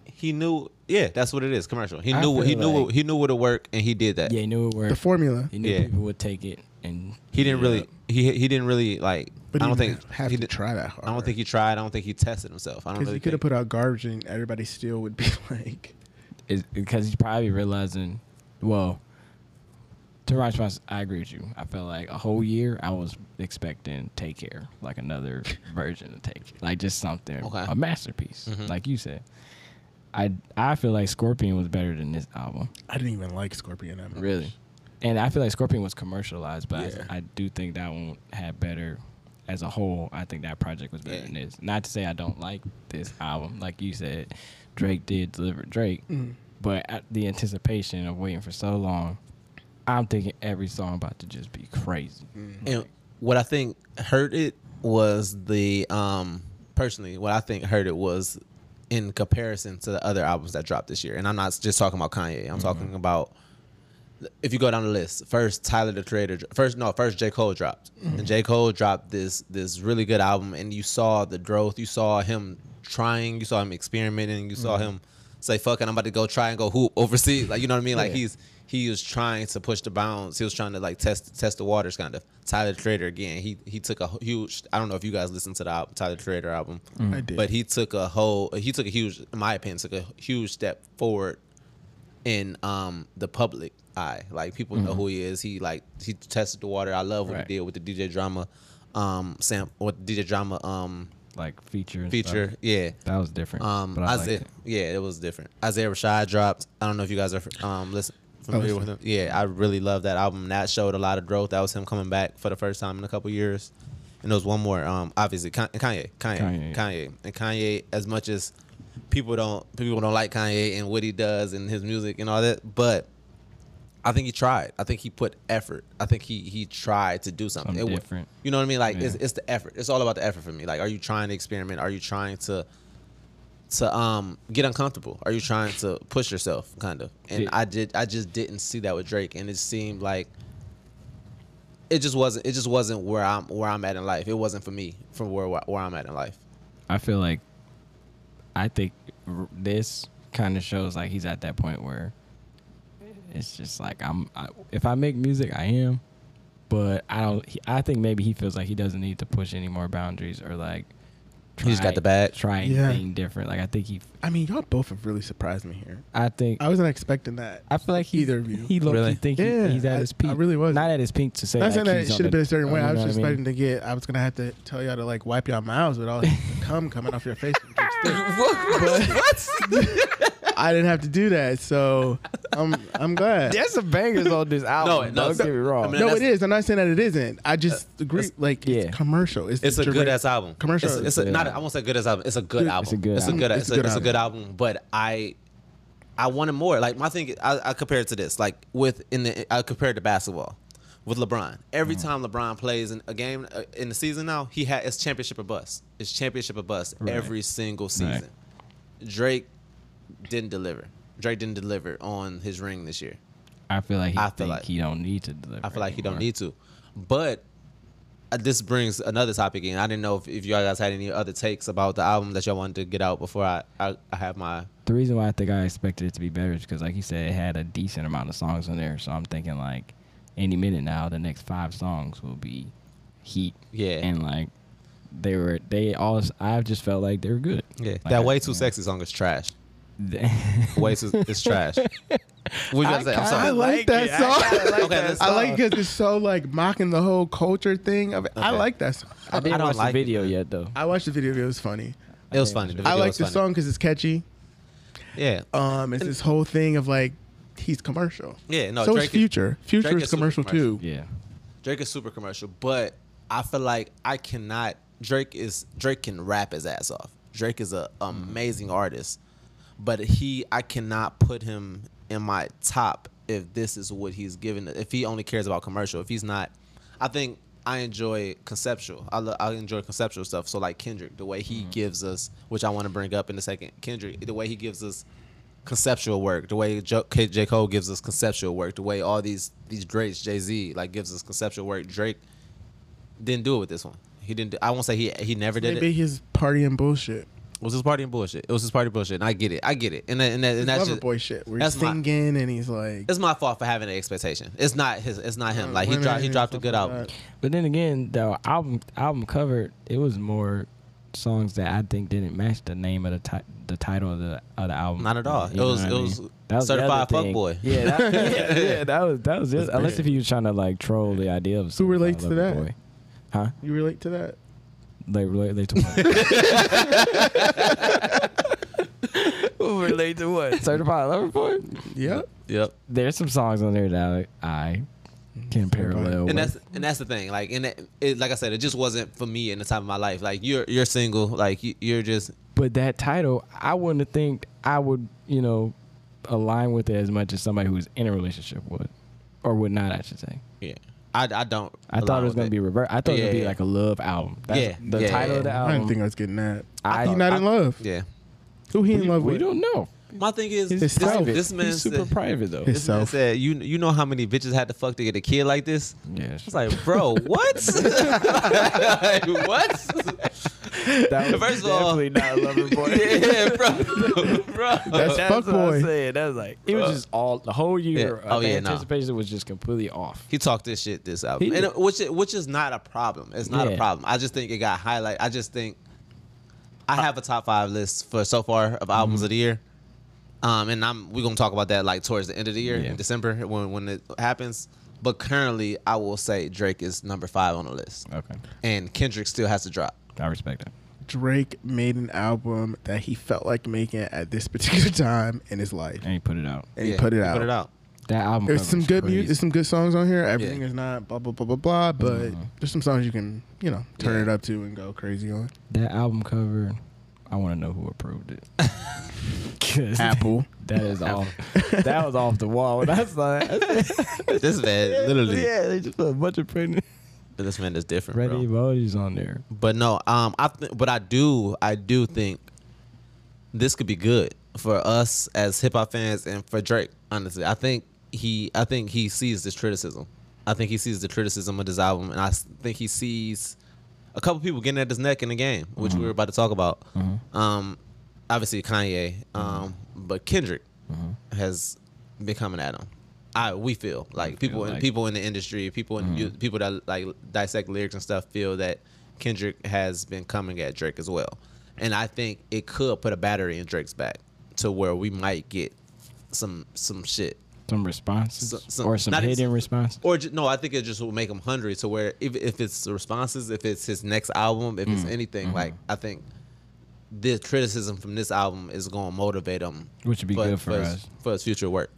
S1: he knew. Yeah, that's what it is. Commercial. He
S2: I
S1: knew. What, he
S2: feel
S1: knew.
S2: like-
S1: What, he knew what to work, and he did that.
S2: Yeah, he knew it
S3: The
S2: worked.
S3: formula.
S2: he knew
S1: Yeah.
S2: people would take it, and
S1: He didn't
S2: yeah.
S1: really. He he didn't really like.
S3: But
S1: I
S3: he
S1: don't
S3: didn't
S1: think
S3: have
S1: he
S3: to
S1: did-
S3: try that hard.
S1: I don't think he tried. I don't think he tested himself. I don't
S3: Because
S1: really.
S3: he could have
S1: think-
S3: put out garbage and everybody still would be like,
S2: is because he's probably realizing, well, to Ron's response, I agree with you. I felt like a whole year I was expecting Take Care, like another version of Take Care, like just something,
S1: Okay.
S2: a masterpiece, like you said. I I feel like Scorpion was better than this album,
S3: I didn't even like Scorpion. that much.
S2: really, and I feel like Scorpion was commercialized, but I-
S3: Yeah.
S2: I, do think that one had better. As a whole, I think that project was better
S1: Yeah.
S2: than this. Not to say I don't like this album, like you said, Drake did deliver Drake, but at the anticipation of waiting for so long, I'm thinking every song about to just be crazy.
S1: And what I think hurt it was the um personally what I think hurt it was in comparison to the other albums that dropped this year. And I'm not just talking about Kanye.
S3: Mm-hmm.
S1: I'm talking about if you go down the list, first Tyler the Creator, dro- first no, first J Cole dropped, and J Cole dropped this this really good album, and you saw the growth, you saw him trying, you saw him experimenting, you saw him say fuck it, I'm about to go try and go hoop overseas, like you know what I mean, like he's he was trying to push the bounds, he was trying to like test test the waters kind of. Tyler the Creator again, he he took a huge, I don't know if you guys listened to the album, Tyler the Creator album,
S3: I did.
S1: but he took a whole, he took a huge, in my opinion, took a huge step forward in um the public eye. Like people know who he is. He like he tested the water. I love what
S2: Right.
S1: he did with the DJ drama, um Sam with DJ drama um
S2: Like feature, and
S1: feature.
S2: stuff.
S1: Yeah.
S2: that was different.
S1: Um
S2: but I liked
S1: Isaiah,
S2: it.
S1: yeah, it was different. Isaiah Rashad dropped. I don't know if you guys are um listen familiar with him. Yeah, I really love that album. That showed a lot of growth. That was him coming back for the first time in a couple years. And there was one more, um, obviously Kan- Kanye, Kanye, Kanye,
S2: Kanye.
S1: and Kanye. As much as people don't people don't like Kanye and what he does and his music and all that, but I think he tried. I think he put effort. I think he he tried to do something.
S2: Something
S1: wa-
S2: different.
S1: You know what I mean? Like it's,
S2: Yeah.
S1: it's the effort. It's all about the effort for me. Like, are you trying to experiment? Are you trying to to um get uncomfortable? Are you trying to push yourself, kind of? And
S2: Yeah.
S1: I did. I just didn't see that with Drake, and it seemed like it just wasn't. It just wasn't where I'm where I'm at in life. It wasn't for me from where where I'm at in life.
S2: I feel like I think r- this kind of shows like he's at that point where it's just like I'm. I, if I make music, I am, but I don't. He, I think maybe he feels like he doesn't need to push any more boundaries or like. Try,
S1: He's got the bag.
S2: Try
S3: Yeah.
S2: anything different. Like I think he.
S3: I mean, y'all both have really surprised me here.
S2: I think
S3: I wasn't expecting that.
S2: I feel like he's,
S3: Either of you.
S2: He low
S1: Really?
S2: key think he-
S3: Yeah,
S2: he's at
S3: I-
S2: his peak.
S3: I really was.
S2: not at his peak to say.
S3: Not
S2: like,
S3: saying that it
S2: he's on
S3: should have
S2: the-
S3: been a certain way.
S2: you
S3: I was
S2: know
S3: just
S2: what I mean?
S3: expecting to get. I was gonna have to tell y'all to like wipe your mouths with all the cum coming off your face. And just-
S1: what?
S3: I didn't have to do that, so I'm I'm glad.
S2: There's some bangers on this album.
S1: no,
S2: don't
S1: so-
S2: get me wrong.
S1: I mean,
S3: no,
S1: that's- Uh,
S3: it is. I'm not saying that it isn't. I just agree. Like
S2: yeah.
S3: it's commercial. It's,
S1: It's a
S3: direct-
S1: good ass album.
S3: Commercial.
S1: It's, it's a, not. I won't say good ass album. It's a good album.
S2: a good
S1: It's a
S2: album.
S1: good.
S3: It's
S1: It's,
S3: a
S1: a,
S3: good
S1: it's a good album. But I, I wanted more. Like my thing, I, I compare it to this. Like with in the, I compare it to basketball with LeBron. Every time LeBron plays in a game uh, in the season now, he had it's championship or bust. It's championship or bust every single season. Drake didn't deliver. Drake didn't deliver on his ring this year.
S2: I feel like he,
S1: I feel
S2: think
S1: like-
S2: he don't need to deliver.
S1: I feel like he don't
S2: anymore.
S1: need to. But uh, this brings another topic in. I didn't know if, if y'all guys had any other takes about the album that y'all wanted to get out before I, I, I have my.
S2: The reason why I think I expected it to be better is because, like you said, it had a decent amount of songs on there. So I'm thinking like, any minute now, the next five songs will be heat.
S1: Yeah.
S2: and like they were, they all. I just felt like they were good.
S1: Yeah,
S2: Like,
S1: that
S2: I-
S1: way too sexy song is trash.
S2: yeah.
S1: Way too it's trash. What you gotta say? I'm
S3: I
S1: sorry.
S3: like that song.
S1: okay, let's
S3: I like
S1: stop.
S3: because it's so like mocking the whole culture thing. Of it. I
S1: Okay.
S3: like that song.
S2: I didn't
S1: I don't
S2: watch
S1: like it,
S2: the video
S1: man.
S2: yet though.
S3: I watched the video. It was funny.
S1: It was funny.
S3: I
S1: video
S3: like
S1: was
S3: the
S1: funny.
S3: song because it's catchy.
S1: Yeah,
S3: Um, it's this whole thing of like he's commercial.
S1: yeah. No,
S3: so
S1: Drake
S3: is Future. Future
S1: Drake
S3: is
S1: is super
S3: commercial,
S1: commercial.
S3: too.
S2: Yeah,
S1: Drake is super commercial, but I feel like I cannot. Drake is Drake can rap his ass off. Drake is an amazing artist, but he I cannot put him in my top if this is what he's giving. If he only cares about commercial, if he's not, I think I enjoy conceptual. I, lo- I enjoy conceptual stuff. So like Kendrick, the way he gives us, which I want to bring up in a second, Kendrick, the way he gives us conceptual work, the way J-, K- J. Cole gives us conceptual work, the way all these these greats, Jay Z, like gives us conceptual work. Drake didn't do it with this one. He didn't. Do, I won't say he he never did
S3: Maybe
S1: it.
S3: his party and bullshit.
S1: It was his party and bullshit. It was his party and bullshit. And I get it. I get it. And that- and, that, and that's
S3: Lover
S1: just,
S3: boy shit. Where he's
S1: that's my-
S3: singing and he's like,
S1: it's my fault for having an expectation. It's not his. It's not him. Like he
S3: women
S1: dropped he
S3: and
S1: dropped a
S3: stuff
S1: good
S3: like
S1: album.
S3: that.
S2: but then again, the album album cover it was more songs that I think didn't match the name of the ti- the title of the of the album.
S1: Not at all. It
S2: know
S1: was-
S2: what
S1: it
S2: I
S1: was
S2: mean?
S1: Certified
S2: the other thing.
S1: Fuckboy.
S2: Yeah, that, yeah, yeah, that was that was it. Unless if he was trying to like troll the idea of Certified
S3: relates to
S2: Lover
S3: that?
S2: Boy. huh?
S3: You relate to that?
S2: They relate, relate to what? Who relate to what? Certified Lover Boy.
S3: Yep.
S1: Yep.
S2: There's some songs on there that I can parallel.
S1: and
S2: with.
S1: that's and that's the thing. Like and it, it, like I said, it just wasn't for me in the time of my life. Like you're you're single. Like you, you're just
S2: But that title, I wouldn't have think I would, you know, align with it as much as somebody who's in a relationship would, or would not, I should say.
S1: yeah. I, I don't.
S2: I thought
S1: align
S2: it was
S1: with
S2: gonna be revert. I thought it would be
S1: Yeah.
S2: like a love album. That's
S1: Yeah,
S2: the
S1: yeah,
S2: title of the
S1: yeah.
S3: I didn't
S2: album.
S3: think I was getting that.
S2: I-
S3: he's not in
S2: I-
S3: love.
S1: Yeah.
S3: Who he in love
S2: We
S3: with?
S2: don't know.
S1: My thing is
S2: It's
S1: this,
S3: private.
S1: this man
S2: He's super
S1: said-
S2: private though.
S3: It's-
S1: This man
S3: Self.
S1: said, "You you know how many bitches had to fuck to get a kid like this?"
S2: Yeah,
S1: I was like, "Bro, what? Like, what?
S2: that
S1: First of all,
S2: not loving boy.
S1: yeah, bro, bro.
S3: That's fuck boy.
S2: saying. That was like it was just all the whole year.
S1: Uh, Yeah.
S2: of
S1: Oh, yeah, nah.
S2: anticipation was just completely off.
S1: He talked this shit this album,
S2: He
S1: and
S2: did.
S1: it- which which is not a problem. It's not
S2: Yeah.
S1: a problem. I just think it got highlighted. I just think I have a top five list for so far of albums
S2: Mm-hmm.
S1: of the year, um, and I'm we're gonna talk about that like towards the end of the year
S2: Yeah.
S1: in December when when it happens. But currently, I will say Drake is number five on the list,
S2: Okay,
S1: and Kendrick still has to drop.
S2: I respect that.
S3: Drake made an album that he felt like making at this particular time in his life,
S2: And he put it out.
S3: and he
S1: Yeah,
S3: put it out.
S1: Put it out.
S2: That album.
S3: There's
S2: cover
S3: some
S2: is
S3: good
S2: crazy.
S3: music. There's some good songs on here. Everything
S1: Yeah.
S3: is not blah blah blah blah blah. But
S2: Mm-hmm.
S3: there's some songs you can you know turn it up to and go crazy on.
S2: That album cover, I want to know who approved it. 'Cause
S3: Apple.
S2: That is off. that was off the wall. When I saw that,
S1: This man, literally,
S2: yeah, they just put a bunch of print
S1: this man is different,
S2: red
S1: bro.
S2: emojis on there.
S1: But no, um, I th- but I do, I do think this could be good for us as hip hop fans and for Drake. Honestly, I think he, I think he sees this criticism. I think he sees the criticism of this album, and I s- think he sees a couple people getting at his neck in the game, which we were about to talk about. Um, obviously Kanye, um, but Kendrick has been coming at him. I Mm-hmm. we feel like Mm-hmm. people
S2: like-
S1: in people in the industry, people in you- people that like dissect lyrics and stuff feel that Kendrick has been coming at Drake as well, and I think it could put a battery in Drake's back to where we might get some some shit
S2: Some responses
S1: So- so-
S2: or some
S1: not-
S2: hidden responses.
S1: or ju- no, I think it just will make him hungry to
S2: Mm. Mm-hmm.
S1: where if, if it's the responses, if it's his next album, if it's anything, like I think the criticism from this album is going to motivate him,
S2: Which would be good for
S1: his,
S2: us.
S1: for his future work.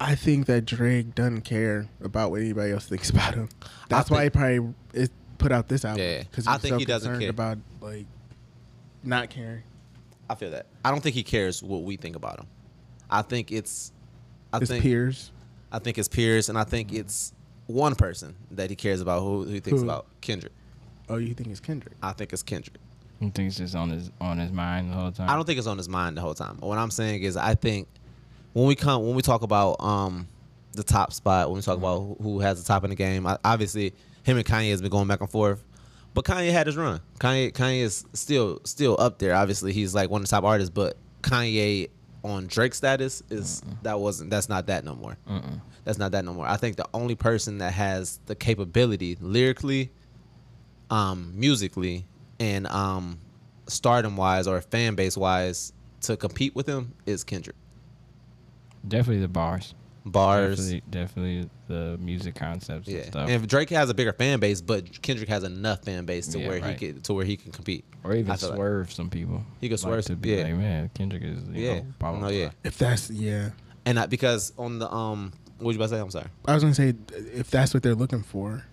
S3: I think that Drake doesn't care about what anybody else thinks about him. That's
S1: I
S3: why
S1: think-
S3: he probably is put out this album.
S1: Yeah, yeah.
S3: because
S1: I
S3: he's
S1: think
S3: so
S1: he doesn't
S3: concerned
S1: care.
S3: about like not caring.
S1: I feel that. I don't think he cares what we think about him. I think it's, I
S3: His
S1: think
S3: peers.
S1: I think it's Pierce, and I think it's one person that he cares about who, who he thinks
S3: Who?
S1: about Kendrick.
S3: Oh, you think it's Kendrick?
S1: I think it's Kendrick.
S2: You think it's just on his on his mind the whole time?
S1: I don't think it's on his mind the whole time. What I'm saying is, I think when we come when we talk about um the top spot, when we talk about who- who has the top in the game, I, obviously him and Kanye has been going back and forth, but Kanye had his run. Kanye Kanye is still still up there. Obviously, he's like one of the top artists, but Kanye on Drake status is that wasn't that's not that no more. That's not that no more. I think the only person that has the capability lyrically um, musically and um, stardom wise or fan base wise to compete with him is Kendrick.
S2: Definitely the bars.
S1: Bars.
S2: Definitely, definitely the music concepts
S1: Yeah,
S2: and stuff.
S1: and Drake has a bigger fan base, but Kendrick has enough fan base to
S2: Yeah,
S1: where
S2: right.
S1: he could to where he can compete,
S2: or even
S1: I feel like-
S2: swerve some people.
S1: He could
S2: Like,
S1: swerve
S2: to
S1: some-
S2: be
S1: yeah.
S2: like, man, Kendrick is you
S1: yeah,
S2: know, blah, blah,
S1: no, yeah,
S2: blah."
S3: If that's yeah,
S1: and I, because on the um, what was you about to say? I'm sorry.
S3: I was gonna say if that's what they're looking for.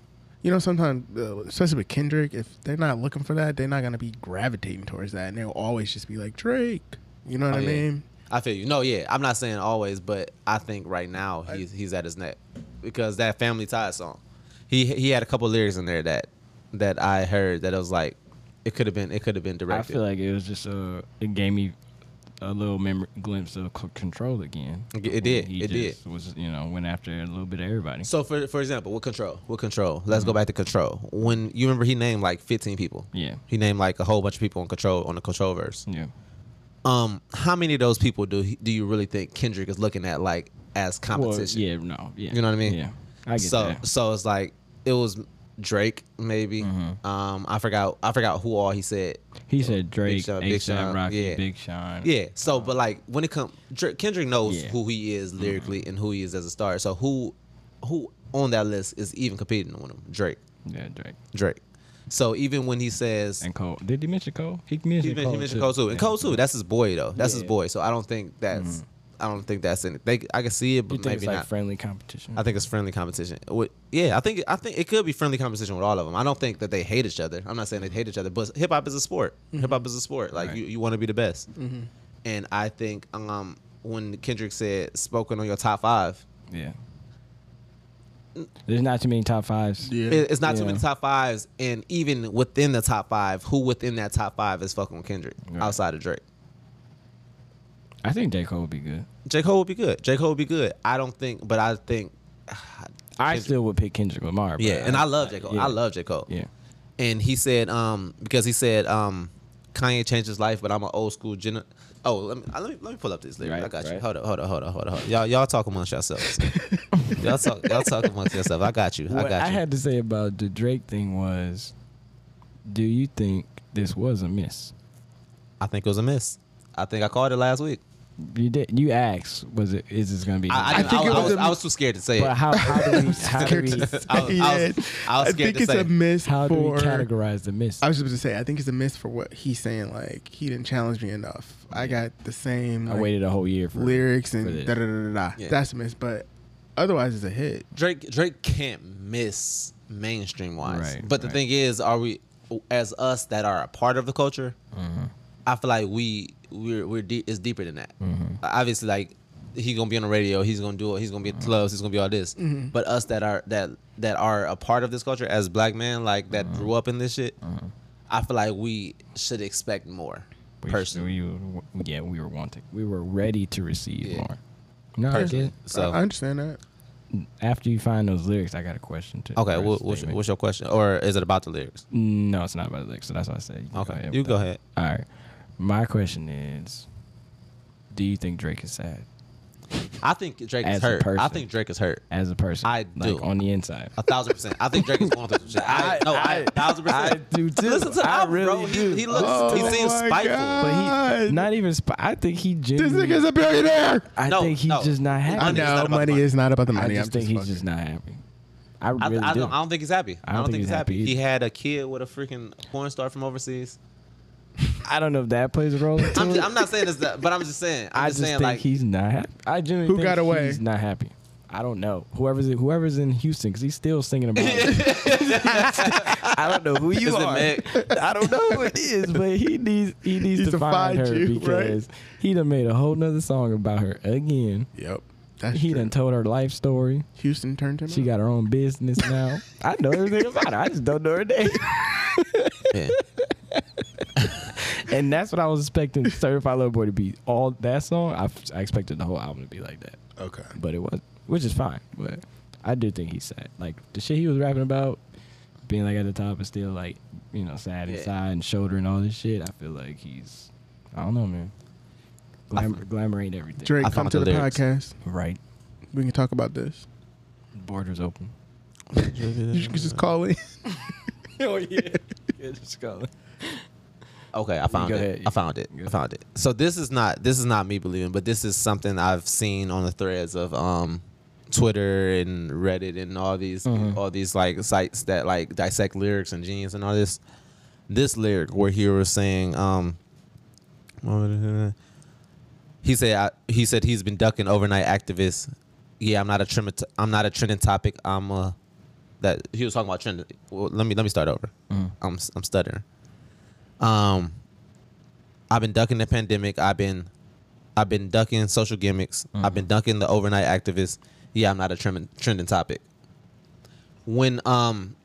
S3: You know, sometimes, uh, especially with Kendrick, if they're not looking for that, they're not gonna be gravitating towards that, and they'll always just be like Drake. You know what
S1: Oh,
S3: I
S1: yeah.
S3: mean?
S1: I feel you. No, yeah, I'm not saying always, but I think right now he's he's at his neck because that Family Ties song, he he had a couple lyrics in there that that I heard that it was like it could have been it could have been
S2: I
S1: directed.
S2: feel like it was just a. It gave me a little memory glimpse of c- control again.
S1: It- it did,
S2: He
S1: it did.
S2: just Was you know went after a little bit of everybody.
S1: So for for example, with control, with control, let's go back to control. When you remember, he named like 15 people.
S2: Mm-hmm. Yeah.
S1: He named like a whole bunch of people on control on the control verse.
S2: yeah.
S1: Um, how many of those people do he- do you really think Kendrick is looking at like as
S2: Well,
S1: competition?
S2: yeah. No. Yeah.
S1: You know what I mean?
S2: Yeah. I get
S1: so
S2: that.
S1: so it's like it was Drake maybe.
S2: Mm-hmm.
S1: Um, I forgot I forgot who all he said.
S2: He said Drake,
S1: Sean, Big
S2: ASAP
S1: Sean,
S2: Rocky,
S1: yeah.
S2: Big Sean.
S1: Yeah. So, but like when it comes, Kendrick knows
S2: Uh-huh. Yeah. Mm-hmm.
S1: who he is lyrically and who he is as a star. So who who on that list is even competing with him? Drake.
S2: Yeah. Drake.
S1: Drake. So even when he says
S2: And Cole. Did he mention Cole? He mentioned,
S1: he, men-
S2: Cole,
S1: he mentioned Cole too, and Cole too, that's his boy though. That's his
S2: Yeah. Mm-hmm.
S1: boy. So I don't think that's I don't think that's in it. They, I can see it,
S2: You
S1: but
S2: think it's
S1: maybe
S2: like
S1: not.
S2: friendly competition?
S1: I think it's friendly competition. With- yeah, I think I think it could be friendly competition with all of them. I don't think that they hate each other. I'm not saying they hate each other, but hip hop is a sport. Hip hop is a sport. Like
S2: Mm-hmm. Right. Mm-hmm.
S1: you, you want to be the best. And I think um, when Kendrick said "spoken on your top five,
S2: yeah. There's not too many top fives.
S3: Yeah.
S1: it- it's not too
S2: Yeah.
S1: many top fives, and even within the top five, who within that top five is fucking with Kendrick
S2: Right.
S1: outside of Drake.
S2: I think J Cole would be good.
S1: J Cole would be good. J Cole would be good. I don't think, but I think,
S2: I
S1: Kendrick-
S2: still would pick Kendrick Lamar. but
S1: yeah. And I love J Cole.
S2: yeah.
S1: I love J Cole.
S2: Yeah.
S1: And he said, um, because he said, um, Kanye changed his life, but I'm an old school gen. Oh, let me, let me let me pull up this lyric.
S2: Right,
S1: I got you.
S2: right.
S1: Hold up, hold up, hold up, hold up. Hold up. Y'all y'all talk amongst yourselves. y'all talk y'all talk amongst yourselves. I got you. I
S2: What
S1: got you.
S2: I had to say about the Drake thing was, do you think this was a miss?
S1: I think it was a miss. I think I called it last week.
S2: You did. You asked, was it? Is this gonna be? a
S1: I, I,
S2: miss?
S1: didn't- I,
S3: think it
S1: was, I
S3: was
S1: was,
S3: a
S1: I was too scared to say
S2: but
S1: it.
S2: how, how do we? How do
S3: scared
S2: we?
S3: to
S1: I was- I was-
S3: say
S1: I was
S3: it.
S1: scared
S3: think
S1: to
S3: it's
S1: say
S3: a
S1: it.
S3: miss
S2: How do we
S3: for.
S2: categorize the miss?
S3: I was just going to say I think it's a miss for what he's saying. Like he didn't challenge me enough. I got the same
S2: I
S3: like,
S2: waited a whole year for
S3: lyrics
S2: for
S3: and
S2: this.
S3: da da da da.
S1: Yeah.
S3: da. That's a miss, but otherwise it's a hit.
S1: Drake Drake can't miss mainstream wise.
S2: Right,
S1: but the
S2: right.
S1: thing is, are we as us that are a part of the culture?
S2: Mm-hmm.
S1: I feel like we we're we're deep. It's deeper than that.
S2: Mm-hmm.
S1: Obviously, like he's gonna be on the radio. He's gonna do it. He's gonna be
S2: Mm-hmm.
S1: at the clubs. He's gonna be all this. But us that are that that are a part of this culture as black men, like
S2: Mm-hmm.
S1: that grew up in this shit. I feel like we should expect more.
S2: We sh-
S1: personally,
S2: We, were- yeah, we were wanting. We were ready to receive
S1: Yeah.
S2: more. No, I
S1: personally.
S2: get
S1: So
S3: I I understand that.
S2: it. After you find those lyrics, I got a question too.
S1: okay,
S2: or a
S1: what, what's,
S2: statement.
S1: what's your question, or is it about the lyrics?
S2: No, it's not about the lyrics. So that's why I said. You
S1: Okay,
S2: with
S1: you go
S2: that.
S1: ahead.
S2: All right. My question is, do you think Drake is sad
S1: I think Drake
S2: As
S1: is
S2: a
S1: hurt. I
S2: person.
S1: think Drake is hurt.
S2: as a person?
S1: I
S2: like
S1: do.
S2: on the inside.
S1: A thousand percent. I think Drake is going through some shit. I, no, I, a thousand percent.
S2: I do too.
S1: Listen to the
S2: I
S1: album, bro.
S2: really
S1: He-
S2: do.
S1: He, looks.
S3: Oh
S1: he seems
S3: my
S1: spiteful.
S3: God.
S2: But he
S3: God.
S2: not even. Sp- I think he
S3: This
S2: genuinely.
S3: nigga's a billionaire.
S2: I
S1: No,
S2: think he's
S1: no.
S2: just not happy.
S1: Money
S3: I
S1: is not
S3: know
S1: about the
S3: money
S1: money.
S3: is not about the
S2: I
S3: money.
S2: just
S3: I'm
S2: think he's
S3: fucking-
S2: just not happy. I
S1: I,
S2: really
S1: I,
S2: do.
S1: don't, I don't think he's happy. I don't, think, he's happy.
S2: either.
S1: He had a kid with a freaking porn star from overseas.
S2: I don't know if that plays a role. into
S1: I'm,
S2: it.
S1: just, I'm not saying this, but I'm just saying. I'm
S2: I
S1: just,
S2: just
S1: saying
S2: think
S1: like
S2: he's not happy. I genuinely
S3: Who
S2: think
S3: got away?
S2: He's not happy. I don't know. Whoever's whoever's in Houston, because he's still singing about it. I don't know who you
S1: Is it
S2: are.
S1: Meg?
S2: I don't know who it is, but he needs he needs to, find, her
S3: you, right?
S2: because he done made a whole nother song about her again.
S3: Yep. That's
S2: He
S3: true.
S2: done told her life story.
S3: Houston turned him.
S2: She
S3: out.
S2: got her own business now. I know everything about her. I just don't know her name.
S1: Yeah.
S2: And that's what I was expecting Certified Lover Boy to be. All that song, I, I expected the whole album to be like that.
S3: okay.
S2: but it was, which is fine. But I do think he's sad. Like the shit he was rapping about, being like at the top and still like, you know, sad
S1: Yeah.
S2: inside and shouldering all this shit. I feel like he's, I don't know, man. Glam- glamour ain't everything.
S3: Drake,
S1: I
S3: come
S1: found
S3: to
S1: the
S3: the,
S1: lyrics.
S3: podcast.
S2: Right.
S3: We can talk about this.
S2: Borders open.
S3: You can just call in.
S2: oh yeah. yeah just go.
S1: Okay, I found
S2: go
S1: it.
S2: ahead.
S1: I found it.
S2: Go
S1: I
S2: ahead.
S1: found it. So this is not this is not me believing, but this is something I've seen on the threads of um Twitter and Reddit and all these all these like sites that like dissect lyrics and genes and all this. This lyric where he was saying um he said I, he said he's been ducking overnight activists. Yeah, I'm not a trim, I'm not a trending topic. I'm a that he was talking about trending. Well, let me let me start over. I'm I'm stuttering. Um, I've been ducking the pandemic. I've been, I've been ducking social gimmicks. I've been ducking the overnight activists. Yeah, I'm not a trending, trending topic. When um,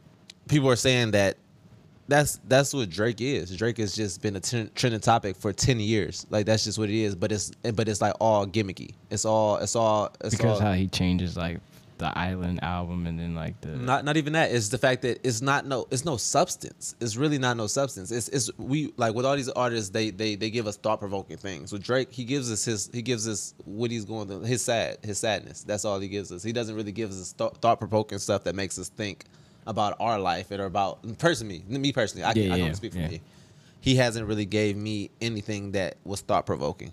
S1: people are saying that, that's that's what Drake is. Drake has just been a ten, trending topic for ten years. Like that's just what it is. But it's but it's like all gimmicky. It's all it's all it's
S2: Because
S1: all,
S2: how he changes like the Island album and then like the
S1: not not even that. It's the fact that it's not no it's no substance. It's really not no substance. It's it's we like with all these artists they they they give us thought provoking things. With Drake, he gives us his he gives us what he's going through his sad his sadness. That's all he gives us. He doesn't really give us thought provoking stuff that makes us think about our life and about personally me personally. I can,
S2: Yeah,
S1: I can
S2: yeah,
S1: only speak for
S2: yeah.
S1: me. He hasn't really gave me anything that was thought provoking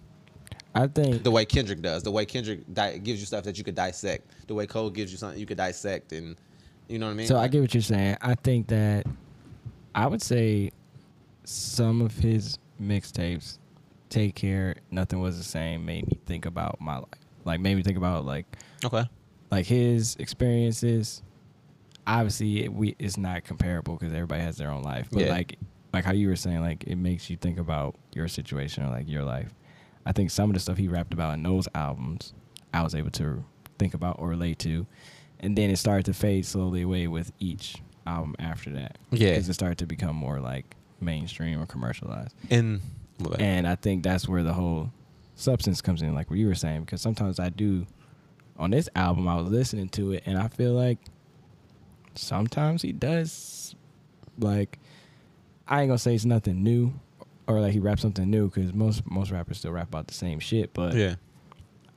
S2: I think
S1: the way Kendrick does, the way Kendrick di- gives you stuff that you could dissect, the way Cole gives you something you could dissect, and you know what I mean.
S2: So I get what you're saying. I think that I would say some of his mixtapes, Take Care, Nothing Was the Same, made me think about my life. Like made me think about like
S1: okay.
S2: like his experiences. Obviously, it, we it's not comparable because everybody has their own life. But
S1: Yeah.
S2: like like how you were saying, like it makes you think about your situation or like your life. I think some of the stuff he rapped about in those albums, I was able to think about or relate to, and then it started to fade slowly away with each album after that.
S1: Yeah.
S2: because it started to become more like mainstream or commercialized.
S1: And
S2: And I think that's where the whole substance comes in, like what you were saying, because sometimes I do on this album, I was listening to it and I feel like sometimes he does like I ain't gonna say it's nothing new or like he raps something new because most most rappers still rap about the same shit, but
S1: yeah,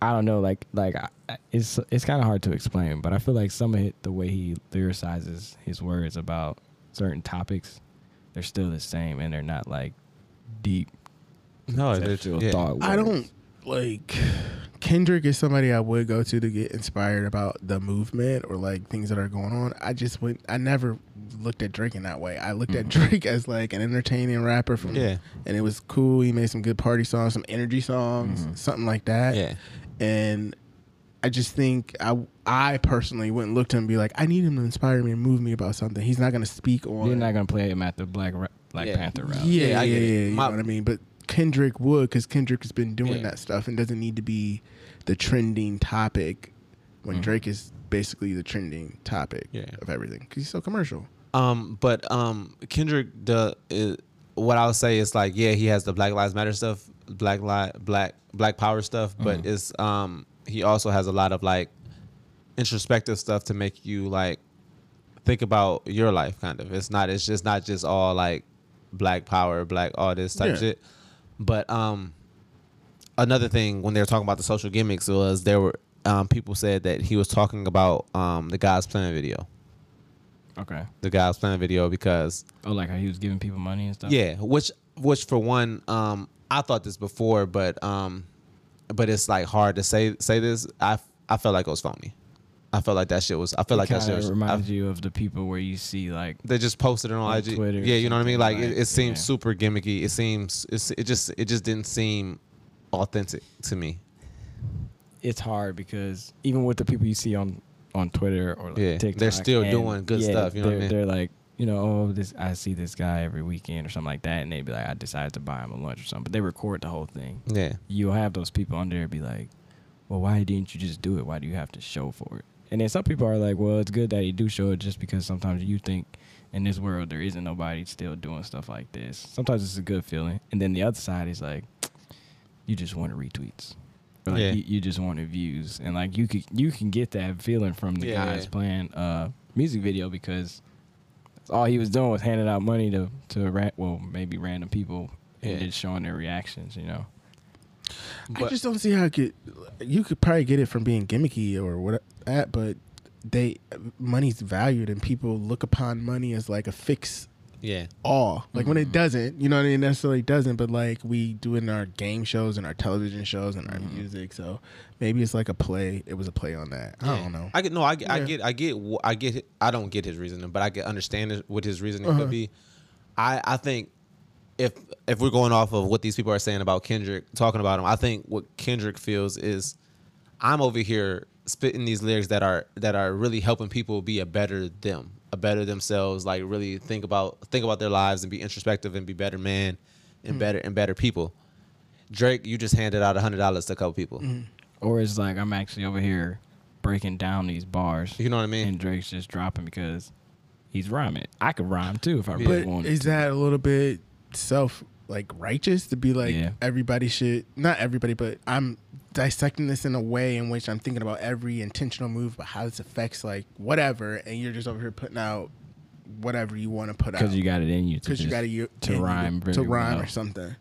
S2: I don't know, like like I- I, it's it's kind of hard to explain, but I feel like some of it, the way he lyricizes his words about certain topics, they're still the same and they're not like deep
S1: no,
S2: conceptual thought.
S3: I
S2: words.
S3: don't like Kendrick is somebody I would go to to get inspired about the movement or like things that are going on. I just went I never looked at Drake in that way. I looked at Drake as like an entertaining rapper from
S1: Yeah.
S3: and it was cool. He made some good party songs, some energy songs, something like that.
S1: Yeah.
S3: And I just think I I personally wouldn't look to him and be like, I need him to inspire me and move me about something. He's not gonna speak on
S2: You're not gonna play him at the Black Ra- Black
S1: Yeah.
S2: Panther round.
S3: yeah,
S1: Yeah,
S3: yeah,
S1: I
S3: yeah,
S1: get it.
S3: you
S1: My-
S3: know what I mean. But Kendrick would, because Kendrick has been doing
S1: Yeah.
S3: that stuff and doesn't need to be the trending topic when Drake is basically the trending topic
S1: Mm-hmm. Yeah.
S3: of everything because he's so commercial.
S1: Um, but um, Kendrick the uh, what I would say is like yeah, he has the Black Lives Matter stuff, Black Li- Black Black Power stuff, but it's um he also has a lot of like introspective stuff to make you like think about your life kind of. It's not it's just not just all like Black Power, Black all this type
S3: Yeah.
S1: shit. But um another thing when they were talking about the social gimmicks was there were um, people said that he was talking about um, the God's Plan video
S2: Okay.
S1: the God's Plan video because
S2: Oh, like how he was giving people money and stuff.
S1: yeah, which which for one, um, I thought this before, but um, but it's like hard to say say this. I I felt like it was phony. I I felt like that shit was. I feel like that shit
S2: Kinda
S1: was. I-
S2: reminds you of the people where you see like
S1: they just posted it on,
S2: On
S1: IG.
S2: Twitter or
S1: yeah, you know what I mean. Like,
S2: something,
S1: it,
S2: like,
S1: it seems
S2: yeah.
S1: super gimmicky. It seems it's, it just it just didn't seem authentic to me.
S2: it's hard because even with the people you see on on Twitter or like
S1: Yeah, they're
S2: TikTok,
S1: still
S2: and-
S1: doing good stuff, you know what I mean?
S2: they're, they're like, you know, oh, this I see this guy every weekend or something like that, and they'd be like, I decided to buy him a lunch or something, but they record the whole thing.
S1: Yeah,
S2: You'll have those people on there be like, well, why didn't you just do it? Why do you have to show for it? And then some people are like, well, it's good that you do show it just because sometimes you think in this world there isn't nobody still doing stuff like this. Sometimes it's a good feeling, and then the other side is like, you just want retweets. Or like
S1: Yeah.
S2: you, you just wanted views and like you could you can get that feeling from the
S1: Yeah,
S2: guys
S1: yeah.
S2: playing uh music video because all he was doing was handing out money to to ra- well maybe random people
S1: Yeah.
S2: and just showing their reactions you know
S3: I
S1: But-
S3: just don't see how it could. You could probably get it from being gimmicky or what that, but they money's valued and people look upon money as like a fix
S1: yeah,
S3: all. Like
S2: Mm.
S3: when it doesn't, you know what I mean? Necessarily doesn't, but like we do it in our game shows and our television shows and our
S2: Mm.
S3: music. So maybe it's like a play. It was a play on that. I
S1: Yeah.
S3: don't know.
S1: I get no. I, get I
S3: Yeah.
S1: get. I get. wh- I get. it- I don't get his reasoning, but I can understand it- what his reasoning could be. I I think if if we're going off of what these people are saying about Kendrick, talking about him, I think what Kendrick feels is I'm over here spitting these lyrics that are that are really helping people be a better them, a better themselves, like really think about think about their lives and be introspective and be better man and better and better people. Drake, you just handed out hundred dollars to a couple people.
S2: or it's like I'm actually over here breaking down these bars
S1: You know what I mean?
S2: and Drake's just dropping because he's rhyming I could rhyme too if I really
S3: But
S2: wanted
S3: is
S2: to.
S3: that a little bit self like righteous to be like
S2: Yeah.
S3: everybody should not everybody, but I'm dissecting this in a way in which I'm thinking about every intentional move, but how this affects like whatever, and you're just over here putting out whatever you want to put out
S2: because you got it in you to
S3: because you
S2: just-
S3: got to
S2: to rhyme
S3: to
S2: very
S3: rhyme
S2: well.
S3: or something.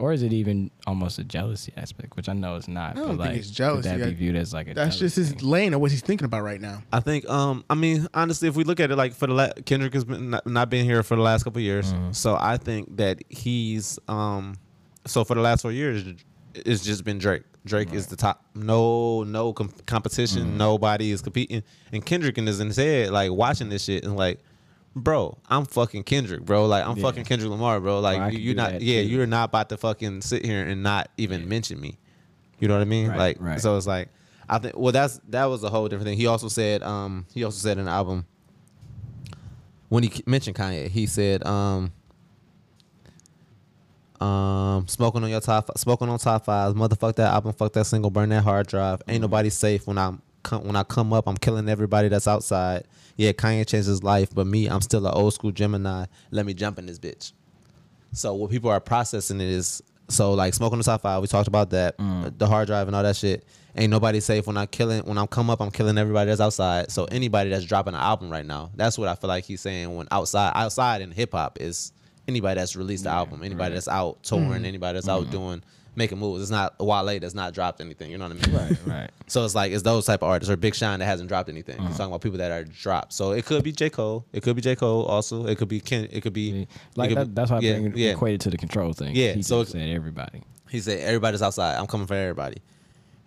S2: or is it even almost a jealousy aspect which I know it's not
S3: don't
S2: but
S3: think
S2: like
S3: it's jealousy.
S2: could that
S3: I-
S2: be viewed as like a
S3: That's just
S2: jealous
S3: his lane of what he's thinking about right now.
S1: I think. Um, I mean, honestly, if we look at it, like for the la- Kendrick has been not, not been here for the last couple of years,
S2: Mm-hmm.
S1: so I think that he's. Um, so for the last four years, it's just been Drake. Drake is the top. No, no com- competition.
S2: Mm-hmm.
S1: Nobody is competing, and Kendrick is in his head, like watching this shit and like. Bro, I'm fucking Kendrick, bro. Like I'm
S2: Yeah.
S1: fucking Kendrick Lamar, bro. Like
S2: Well, I
S1: you,
S2: could
S1: you're
S2: do
S1: not,
S2: that,
S1: yeah,
S2: too.
S1: you're not about to fucking sit here and not even mention me. You know what I mean?
S2: Right,
S1: like
S2: right.
S1: so it's like I think well that's that was a whole different thing. He also said um he also said in the album when he mentioned Kanye, he said um um smoking on your top smoking on top fives, motherfuck that album, fuck that single, burn that hard drive. Ain't nobody safe when I'm come, when I come up, I'm killing everybody that's outside. Yeah, Kanye changed his life, but me, I'm still an old school Gemini. Let me jump in this bitch. So what people are processing is so like smoking the top five. We talked about that, the hard drive and all that shit. Ain't nobody safe when I killing when I'm come up. I'm killing everybody that's outside. So anybody that's dropping an album right now, that's what I feel like he's saying. When outside, outside in hip hop is anybody that's released the album, anybody that's out touring, anybody that's out doing making moves. It's not Wale that's not dropped anything. You know what I mean?
S2: right
S1: So it's like it's those type of artists or Big Sean that hasn't dropped anything. He's talking about people that are dropped. So it could be J Cole. It could be J Cole. Also, it could be Ken. It could be it
S2: like
S1: could
S2: that,
S1: be-
S2: that's why I
S1: yeah,
S2: think it
S1: yeah.
S2: equated to the control thing
S1: Yeah,
S2: he
S1: so
S2: just
S1: it-
S2: said everybody
S1: He said, "Everybody's outside. I'm coming for everybody."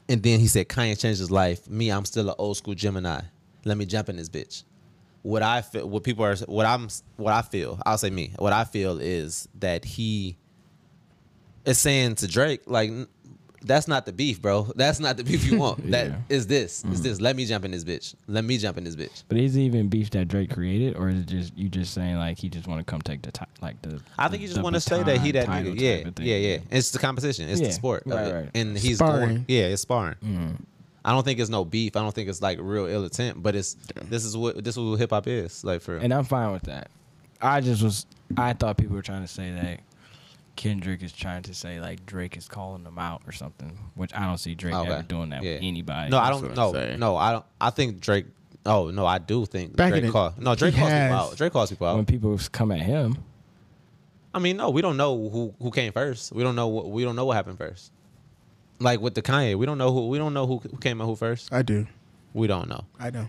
S1: And then he said, "Kanye changed his life. Me, I'm still an old school Gemini. Let me jump in this bitch." What I feel, what people are, what I'm, what I feel, I'll say me. What I feel is that he is saying to Drake, like, "N- "That's not the beef, bro. That's not the beef you want.
S2: Yeah.
S1: That is this. Is this? Let me jump in this bitch. Let me jump in this bitch."
S2: But is it even beef that Drake created, or is it just you just saying like he just want to come take the top, like the?
S1: I think you just
S2: the
S1: want to say that he that
S2: baton title
S1: nigga.
S2: type
S1: Yeah,
S2: of thing.
S1: yeah, yeah. It's the competition. It's
S2: Yeah,
S1: the sport. of
S2: right,
S1: it.
S2: right.
S1: And he's
S3: Sparring.
S1: going. Yeah, it's sparring.
S2: Mm.
S1: I don't think it's no beef. I don't think it's like real ill intent. But it's this is what this is what hip hop is like for. real.
S2: And I'm fine with that. I just was I thought people were trying to say that Kendrick is trying to say like Drake is calling him out or something, which I don't see Drake
S1: Okay.
S2: ever doing that
S1: Yeah.
S2: with anybody.
S1: no, I
S3: That's
S1: don't.
S3: what I'm
S1: No,
S3: saying.
S1: no, I don't. I think Drake. Oh no, I do think
S3: Back in
S1: Drake
S3: the-
S1: call. No, Drake
S3: he
S1: calls people
S3: has-
S1: out. Drake calls people
S2: When
S1: out.
S2: people come at him,
S1: I mean, no, we don't know who who came first. We don't know what we don't know what happened first. Like with the Kanye, we don't know who we don't know who, who came and who first.
S3: I do.
S1: We don't know.
S3: I know.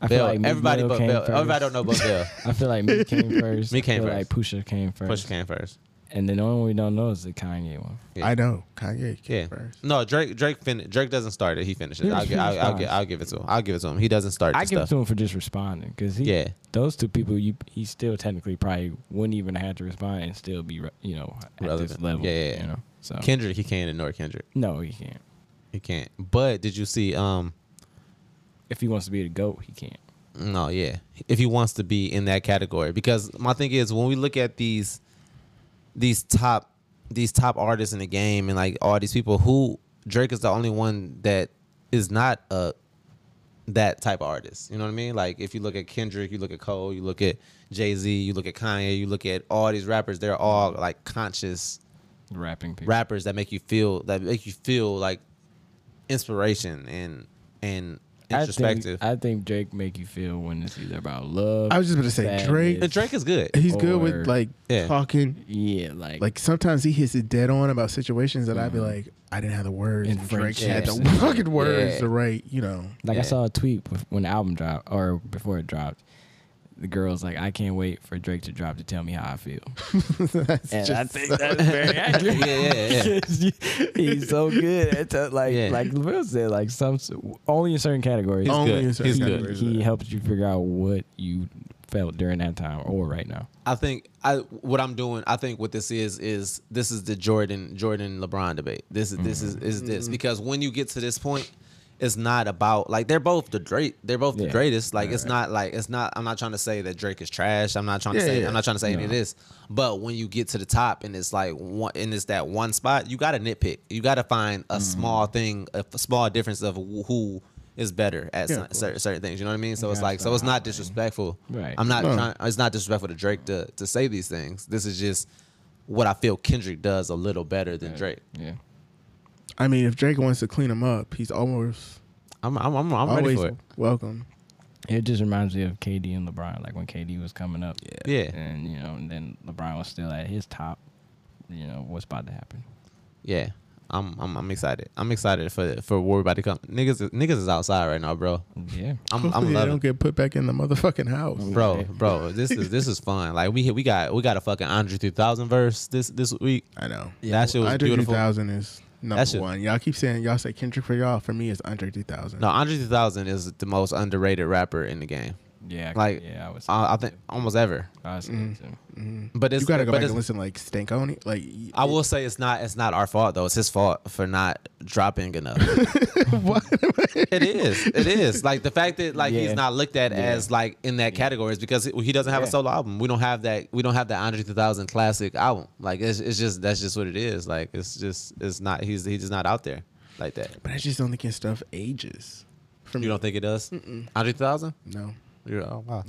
S2: I feel
S1: Bell,
S2: like Meek
S1: everybody
S2: Mill
S1: but
S2: came
S1: Bell.
S2: first.
S1: Everybody don't know but Bell.
S2: I feel like me came first.
S1: Meek came
S2: I feel Like Pusha came first.
S1: Push came first.
S2: And then the only one we don't know is the Kanye one.
S1: Yeah.
S3: I know Kanye came
S1: Yeah.
S3: first.
S1: No, Drake. Drake. Fin- Drake doesn't start it. He finishes.
S2: He
S1: I'll, gi- I'll,
S2: finished
S1: I'll, gi-
S2: last.
S1: I'll give it to him. I'll give it to him. He doesn't start
S2: I
S1: the
S2: give it
S1: stuff.
S2: to him for just responding because he,
S1: Yeah.
S2: those two people, you he still technically probably wouldn't even have to respond and still be re- you know at this
S1: Relevant.
S2: level.
S1: Yeah, yeah, yeah.
S2: You know, so
S1: Kendrick. He can't ignore Kendrick.
S2: no, he can't.
S1: He can't. But did you see? Um.
S2: If he wants to be the goat, he can't.
S1: No. Yeah. If he wants to be in that category, because my thing is when we look at these, these top, these top artists in the game, and like all these people, who Drake is the only one that is not a that type of artist. You know what I mean? Like if you look at Kendrick, you look at Cole, you look at Jay Z, you look at Kanye, you look at all these rappers. They're all like conscious
S2: Rapping people.
S1: rappers that make you feel that make you feel like inspiration and and introspective.
S2: I think, I think Drake make you feel when it's either about love.
S3: I was just about to say, Drake-
S1: And Drake is good.
S3: He's good
S2: Or-
S3: with like
S1: Yeah.
S3: talking.
S2: Yeah, like
S3: Like sometimes he hits it dead on about situations that I'd be like, I didn't have the words.
S2: Mm-hmm. In
S3: And
S2: French,
S3: Drake had the
S2: yeah.
S3: fucking words
S1: Yeah.
S3: to write. You know,
S2: Like
S1: Yeah.
S2: I saw a tweet bef- when the album dropped or before it dropped. The girl's like, I can't wait for Drake to drop to tell me how I feel.
S3: that's
S2: And
S3: just
S2: I think that's very accurate.
S1: Yeah, yeah, yeah.
S2: 'Cause you- He's so good at tell- like
S1: Yeah.
S2: like Will said, like some only in certain categories.
S1: He's
S3: only
S1: good.
S3: in certain
S1: He's good.
S2: he,
S3: categories.
S2: he helps you figure out what you felt during that time or right now.
S1: I think I what I'm doing. I think what this is is this is the Jordan Jordan LeBron debate. This this
S3: Mm-hmm.
S1: is is this because when you get to this point, it's not about like they're both the great. They're both the
S2: Yeah.
S1: greatest. Like it's
S2: Right,
S1: not like it's not. I'm not trying to say that Drake is trash. I'm not trying to
S3: Yeah,
S1: say
S3: yeah.
S1: I'm not trying to say any of
S2: No.
S1: this. But when you get to the top and it's like one and it's that one spot, you got to nitpick. You got to find
S3: Mm-hmm.
S1: a small thing, a f- small difference of wh- who is better at some-
S3: Yeah, of uh-huh.
S1: certain, certain things. You know what I mean? So it's
S2: gotta
S1: like so
S2: start
S1: it's not disrespectful.
S2: Right.
S1: I'm not
S3: No.
S1: trying. It's not disrespectful to Drake to to say these things. This is just what I feel Kendrick does a little better than Drake.
S2: Yeah.
S3: I mean, if Drake wants to clean him up, he's almost
S1: I'm I'm I'm, I'm ready
S3: always
S1: for it.
S3: welcome.
S2: It just reminds me of KD and LeBron, like when KD was coming up.
S1: Yeah.
S2: And you know, and then LeBron was still at his top. You know, what's about to happen.
S1: Yeah. I'm, I'm I'm excited. I'm excited for for what we about to come. Niggas niggas is outside right now, bro.
S2: Yeah.
S1: I'm
S3: Hopefully
S1: I'm
S3: they
S1: loving. Mm-hmm.
S3: don't get put back in the motherfucking house.
S1: Bro, bro, this is this is fun. Like we we got we got a fucking Andre 3000 verse this this week.
S3: I know.
S1: Yeah, that shit was
S3: Andre
S1: beautiful.
S3: 3000 is number
S1: That shit-
S3: one. Y'all keep saying y'all say Kendrick for y'all. For me, it's Andre 3000.
S1: No, Andre 3000 is the most underrated rapper in the game.
S2: Yeah. I-
S1: Like, uh,
S2: yeah, I was
S1: I, I think almost ever.
S2: I
S3: mm-hmm.
S2: was too.
S1: But it's
S3: you gotta go
S1: but
S3: back
S1: it's-
S3: and listen like Stankoni. Like y-
S1: I will say it's not it's not our fault though. It's his fault for not dropping enough. It is. It is. Like the fact that like
S2: Yeah.
S1: he's not looked at as like in that category is because he doesn't have a
S2: Yeah.
S1: solo album. We don't have that we don't have that Andre 3000 classic album. Like it's, it's just that's just what it is. Like it's just it's not he's he's just not out there like that.
S3: but I just don't think his stuff ages. For me,
S1: You don't think it does? Mm-mm. Andre 3000?
S3: no.
S1: You're oh wow.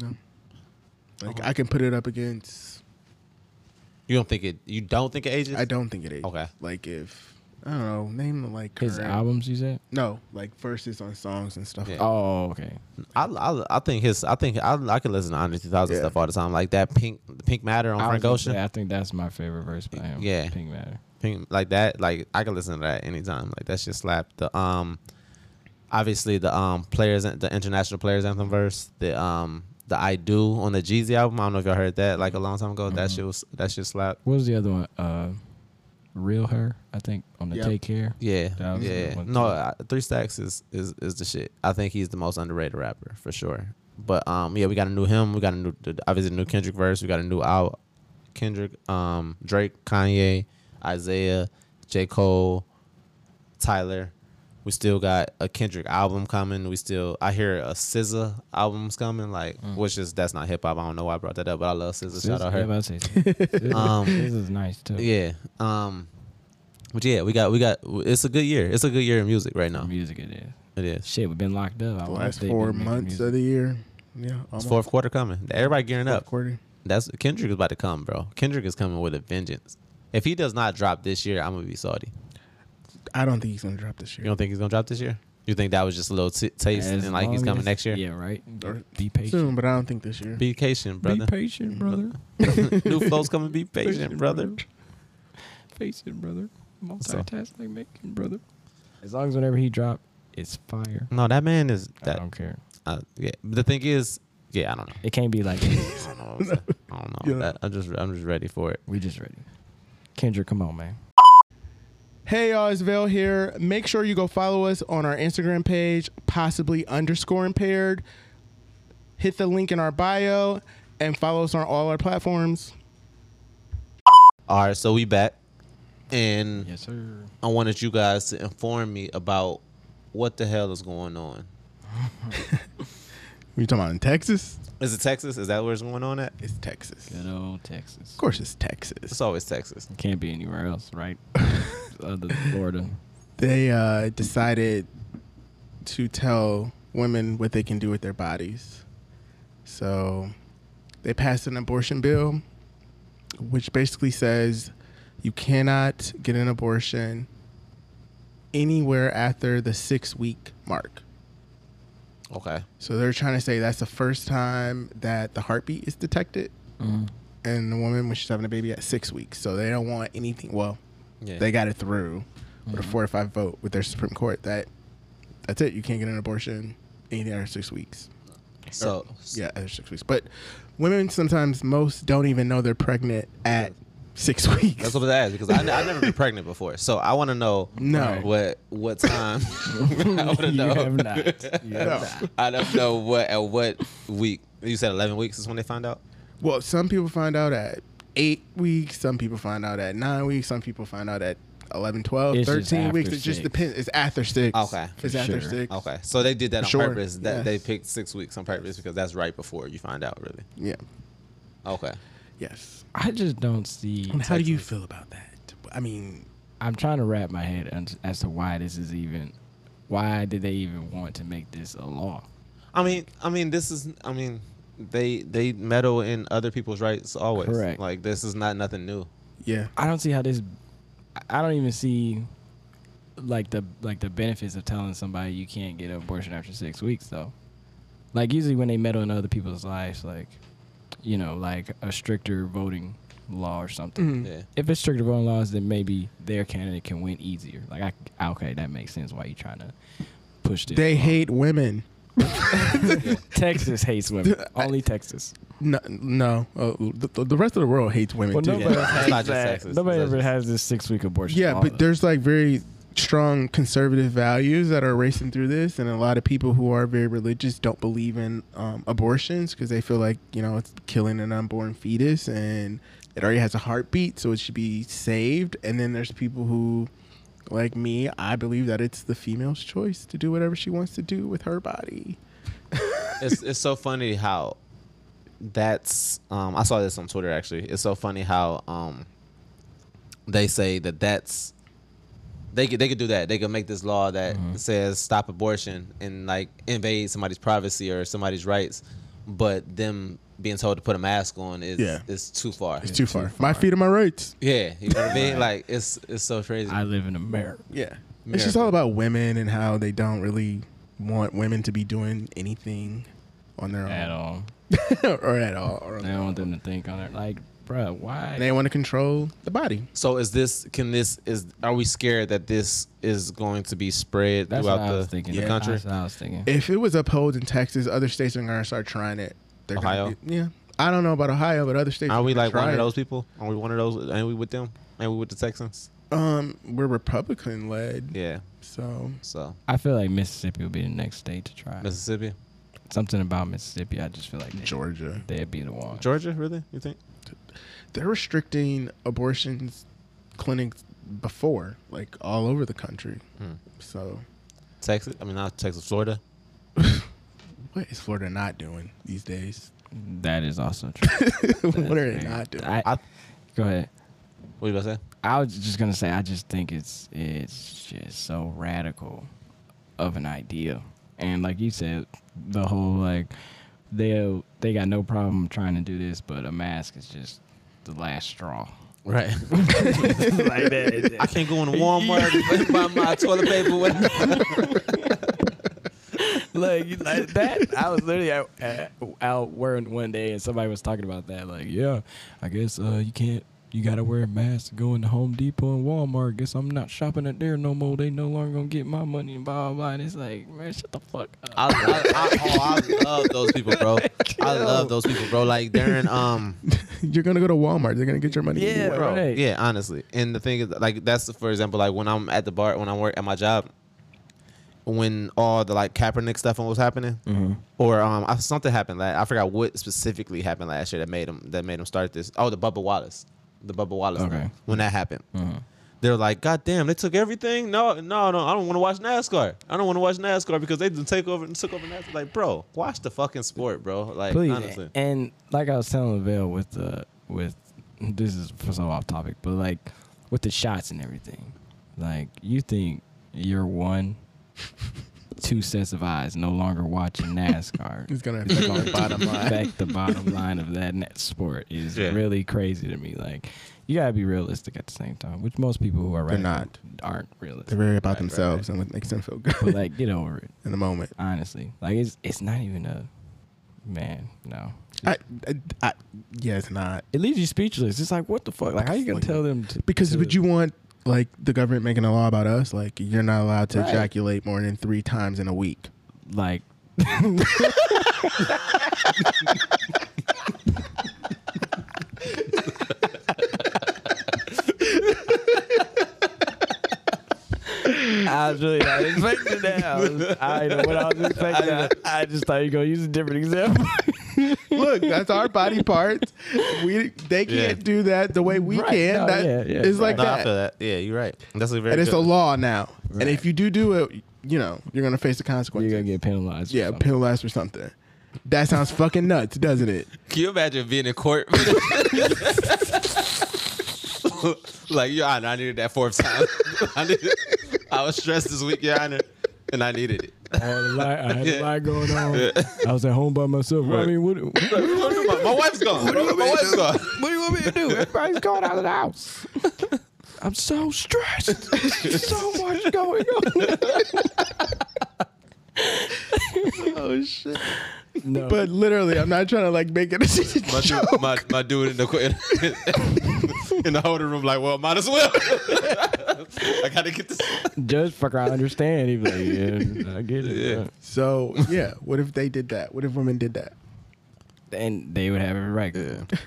S3: Like I can put it up against.
S1: You don't think it you don't think it ages?
S3: I don't think it ages.
S1: Okay.
S3: Like if I don't know, name like current,
S2: His albums, you said?
S3: No, like verses on songs and stuff.
S1: Yeah.
S2: Oh, okay.
S1: I, I, I think his I think I, I could listen to Andre 2000
S3: Yeah.
S1: stuff all the time like that pink pink matter on
S2: I was
S1: Frank
S2: gonna
S1: Ocean.
S2: say, I think that's my favorite verse by him.
S1: Yeah.
S2: Pink Matter.
S1: Pink- like that like i can listen to that anytime like that's just slap the um obviously the um players the international players anthem verse the um the i do on the jeezy album i don't know if y'all heard that like a long time ago that shit was that shit slap
S2: What was the other one? Uh, Real Her, I think, on the
S3: Yep.
S2: Take Care.
S1: yeah
S2: That was a good
S1: yeah
S2: one,
S1: no
S2: too.
S1: I, three stacks is, is is the shit i think he's the most underrated rapper for sure but um yeah we got a new him we got a new obviously a new kendrick verse we got a new out kendrick um drake kanye isaiah j cole Tyler. We still got a Kendrick album coming. We still I hear a SZA album's coming, like
S2: Mm.
S1: which is that's not hip hop. I don't know why I brought that up, but I love SZA. Shout out
S2: Yeah,
S1: her.
S2: about to say, this,
S1: Um,
S2: this is nice, too.
S1: Yeah. Um but yeah, we got we got it's a good year. It's a good year in music right now.
S2: Music it is.
S1: It is.
S2: Shit, we've been locked up. I
S3: The
S2: wonder if
S3: last
S2: they
S3: four
S2: been making
S3: months
S2: music.
S3: of the year. Yeah,
S1: It's
S3: almost
S1: fourth quarter coming. Everybody gearing up.
S3: quarter.
S1: That's Kendrick is about to come, bro. Kendrick is coming with a vengeance. If he does not drop this year, I'm gonna be salty.
S3: I don't think he's gonna drop this
S1: You
S3: year.
S1: don't think he's gonna drop this year? You think that was just a little t- taste
S2: As
S1: and like he's
S2: long
S1: coming
S2: as-
S1: next year?
S2: Yeah, right.
S3: Or
S2: Be patient.
S3: Soon, but I don't think this year.
S1: Be patient,
S2: Be
S1: brother.
S2: patient, brother.
S1: New flows coming. Be patient, brother.
S2: patient, brother. Multitasking, making, brother. As long as whenever he drop, it's fire.
S1: No, that man is
S2: I
S1: that.
S2: don't care.
S1: Uh, yeah, the thing is, yeah, I don't know.
S2: It can't be like
S1: I don't know. what I'm saying. I don't know.
S3: Yeah.
S1: That- I'm just, I'm just ready for it.
S2: we just ready. Kendrick, come on, man.
S3: Hey y'all, it's Val here. Make sure you go follow us on our Instagram page, possibly underscore impaired. Hit the link in our bio and follow us on all our platforms.
S1: All right, so we back, and
S2: Yes, sir.
S1: I wanted you guys to inform me about what the hell is going on.
S3: What you talking about in Texas?
S1: Is it Texas? Is that where it's going on at?
S3: It's Texas.
S2: Good old Texas.
S3: Of course it's Texas.
S1: It's always Texas.
S2: Can't be anywhere else, right? Other than Florida.
S3: They uh, decided to tell women what they can do with their bodies. So they passed an abortion bill, which basically says you cannot get an abortion anywhere after the six week mark.
S1: Okay.
S3: So they're trying to say that's the first time that the heartbeat is detected and the woman when she's having a baby at six weeks. So they don't want anything. Well,
S1: Yeah.
S3: they got it through with a four to five vote with their Supreme Court that that's it. You can't get an abortion anything after six weeks.
S1: so
S3: Yeah, after six weeks. But women sometimes most don't even know they're pregnant at six weeks.
S1: That's what I asked because I, have never been pregnant before, so I want to know
S3: No.
S1: what what time I want to
S2: You have
S1: know.
S2: not. You have
S3: No.
S2: not.
S1: I don't know what at what week. You said eleven weeks is when they find out.
S3: Well, some people find out at eight weeks, some people find out at nine weeks, some people find out at 11, 12,
S2: It's just
S3: 13 weeks.
S2: after
S3: It just
S2: six.
S3: depends. It's after six.
S1: Okay.
S3: It's
S2: For
S3: after
S2: sure.
S3: six.
S1: Okay, so they did that on
S3: Sure.
S1: purpose. That
S3: Yes.
S1: they picked six weeks on purpose because that's right before you find out, really.
S3: Yeah.
S1: Okay.
S3: Yes.
S2: I just don't see.
S3: And how do you feel about that? I mean,
S2: I'm trying to wrap my head un- as to why this is even. Why did they even want to make this a law?
S1: I mean, I mean, this is, I mean, they they meddle in other people's rights always.
S2: Correct.
S1: Like this is not nothing new.
S3: yeah.
S2: I don't see how this. I- I don't even see, like the like the benefits of telling somebody you can't get an abortion after six weeks though. Like usually when they meddle in other people's lives, like, you know, like a stricter voting law or
S3: Mm.
S2: something.
S3: Mm-hmm.
S1: Yeah.
S2: If it's stricter voting laws, then maybe their candidate can win easier. Like I okay, that makes sense. Why you trying to push this?
S3: They
S2: law.
S3: hate women.
S2: Texas hates women. Only Texas.
S3: No, no. Uh, the, the rest of the world hates women
S2: Well,
S3: too.
S2: nobody
S1: Yeah, it's not just
S2: has that.
S1: Texas.
S2: Nobody
S1: It's
S2: ever
S1: just-
S2: has this six week abortion.
S3: Yeah,
S2: law,
S3: but
S2: though.
S3: there's like very strong conservative values that are racing through this, and a lot of people who are very religious don't believe in um, abortions because they feel like you know it's killing an unborn fetus and it already has a heartbeat, so it should be saved. And then there's people who, like me, I believe that it's the female's choice to do whatever she wants to do with her body.
S1: it's it's so funny how that's um I saw this on Twitter actually. It's so funny how um they say that that's they could they could do that. They could make this law that
S2: Mm-hmm.
S1: says stop abortion and like invade somebody's privacy or somebody's rights, but them being told to put a mask on is
S3: Yeah.
S1: is too far.
S3: It's too, far. My feet are my rights.
S1: yeah, you know what I mean? Like it's it's so crazy.
S2: I live in America.
S3: Yeah. It's just all
S1: America.
S3: about women and how they don't really want women to be doing anything on their own
S2: At all.
S3: or at all. Or on
S2: They
S3: their
S2: don't
S3: own.
S2: want them to think on it. Like, bruh, why?
S3: And they want to control the body.
S1: so is this can this is are we scared that this is going to be spread
S2: That's what
S1: throughout
S2: I was
S1: the,
S2: thinking.
S1: the
S2: Yeah,
S1: country?
S2: That's what I was thinking.
S3: If it was upheld in Texas, other states are going to start trying it. They're gonna
S1: Ohio?
S3: do- yeah. I don't know about Ohio, but other states
S1: Are we
S3: gonna
S1: like one
S3: try
S1: of
S3: it.
S1: those people? Are we one of those? Ain't we with them? Ain't we with the Texans?
S3: Um, we're Republican led,
S1: Yeah.
S3: so
S1: So
S2: I feel like Mississippi will be the next state to try.
S1: Mississippi,
S2: Something about Mississippi. I just feel like they,
S3: Georgia.
S2: they'd be the one.
S1: Georgia, really? You think?
S3: They're restricting abortions clinics before, like all over the country.
S1: Hmm.
S3: So
S1: Texas? I mean, not Texas, Florida.
S3: what is Florida not doing these days?
S2: That is also true.
S3: what are they not doing?
S2: I,
S1: I-
S2: go ahead.
S1: What you about to say?
S2: I was just gonna say, I just think it's it's just so radical of an idea, and like you said, the whole like they they got no problem trying to do this, but a mask is just the last straw.
S1: Right.
S2: like that,
S1: I can't go in Walmart and buy my toilet paper. With
S2: like, like that. I was literally out, at- out wearing one day, and somebody was talking about that. Like, yeah, I guess uh, you can't you gotta wear a mask to go into Home Depot and Walmart. Guess I'm not shopping at there no more. They no longer gonna get my money and blah blah blah. And it's like, man, shut the fuck up.
S1: I, I, I, oh, I love those people, bro. I love those people, bro. Like during um,
S3: You're gonna go to Walmart. They're gonna get your money.
S2: Yeah,
S3: anyway.
S2: bro. Right.
S1: yeah, honestly. And the thing is, like that's for example, like when I'm at the bar, when I work at my job, when all the like Kaepernick stuff was happening,
S2: Mm-hmm.
S1: or um, I- something happened. Like I forgot what specifically happened last year that made them that made them start this. Oh, the Bubba Wallace, the Bubba Wallace.
S2: Okay.
S1: thing. When that happened. They're like, God damn, they took everything. No, no, no, I don't want to watch NASCAR. I don't want to watch NASCAR because they didn't take over and took over NASCAR. Like, bro, watch the fucking sport, bro. Like,
S2: Please.
S1: honestly.
S2: And like I was telling Lavelle with the with this is so off topic, but like with the shots and everything, like you think you're one, two sets of eyes no longer watching NASCAR.
S3: It's gonna affect our bottom line.
S2: affect the bottom line of that net sport is
S1: Yeah.
S2: really crazy to me. Like, you gotta be realistic at the same time, which most people who are right
S3: not.
S2: aren't
S3: They're
S2: realistic.
S3: very about themselves and what makes them feel
S2: But
S3: good
S2: like, get over it.
S3: in the moment.
S2: Honestly, like it's it's not even a man. No,
S3: I, I, I, yeah, it's not
S2: it leaves you speechless. It's like, what the fuck? Like, how you gonna tell them? To,
S3: because
S2: to,
S3: would you want like the government making a law about us? Like you're not allowed to
S2: Right.
S3: ejaculate more than three times in a week.
S2: like? I was really not expecting that. I, was, I know what I was expecting. I, I just thought you were gonna use a different example.
S3: Look, that's our body parts. We they
S1: Yeah.
S3: can't do that the way we
S2: Right.
S3: can.
S2: No,
S3: that
S2: yeah, yeah,
S3: it's like
S1: No, I
S3: that,
S1: feel that. Yeah, you're right. That's a very
S3: and it's
S1: good
S3: a law now.
S2: Right.
S3: And if you do do it, you know you're gonna face the
S2: You're
S3: consequences.
S2: gonna get penalized. for
S3: yeah,
S2: something.
S3: penalized for something. That sounds fucking nuts, doesn't it?
S1: Can you imagine being in court? like, Your Honor, I needed that fourth time. I, needed, I was stressed this week, Your Honor, and I needed it.
S2: I had a lot, I had a lot going on. I was at home by myself. I mean, what, what do
S1: My, my wife's gone. My wife's gone.
S2: you want me to do? Everybody's going out of the house. I'm so stressed. so much going on.
S3: Oh shit!
S2: No,
S3: But literally, I'm not trying to like make it a
S1: My,
S3: joke.
S1: dude, my, my dude in the court- in the holding room, like, well, might as well. I gotta get this.
S2: judge fucker, I understand. He's like, yeah, I get it.
S3: So yeah, what if they did that? What if women did that?
S2: And they would have it right.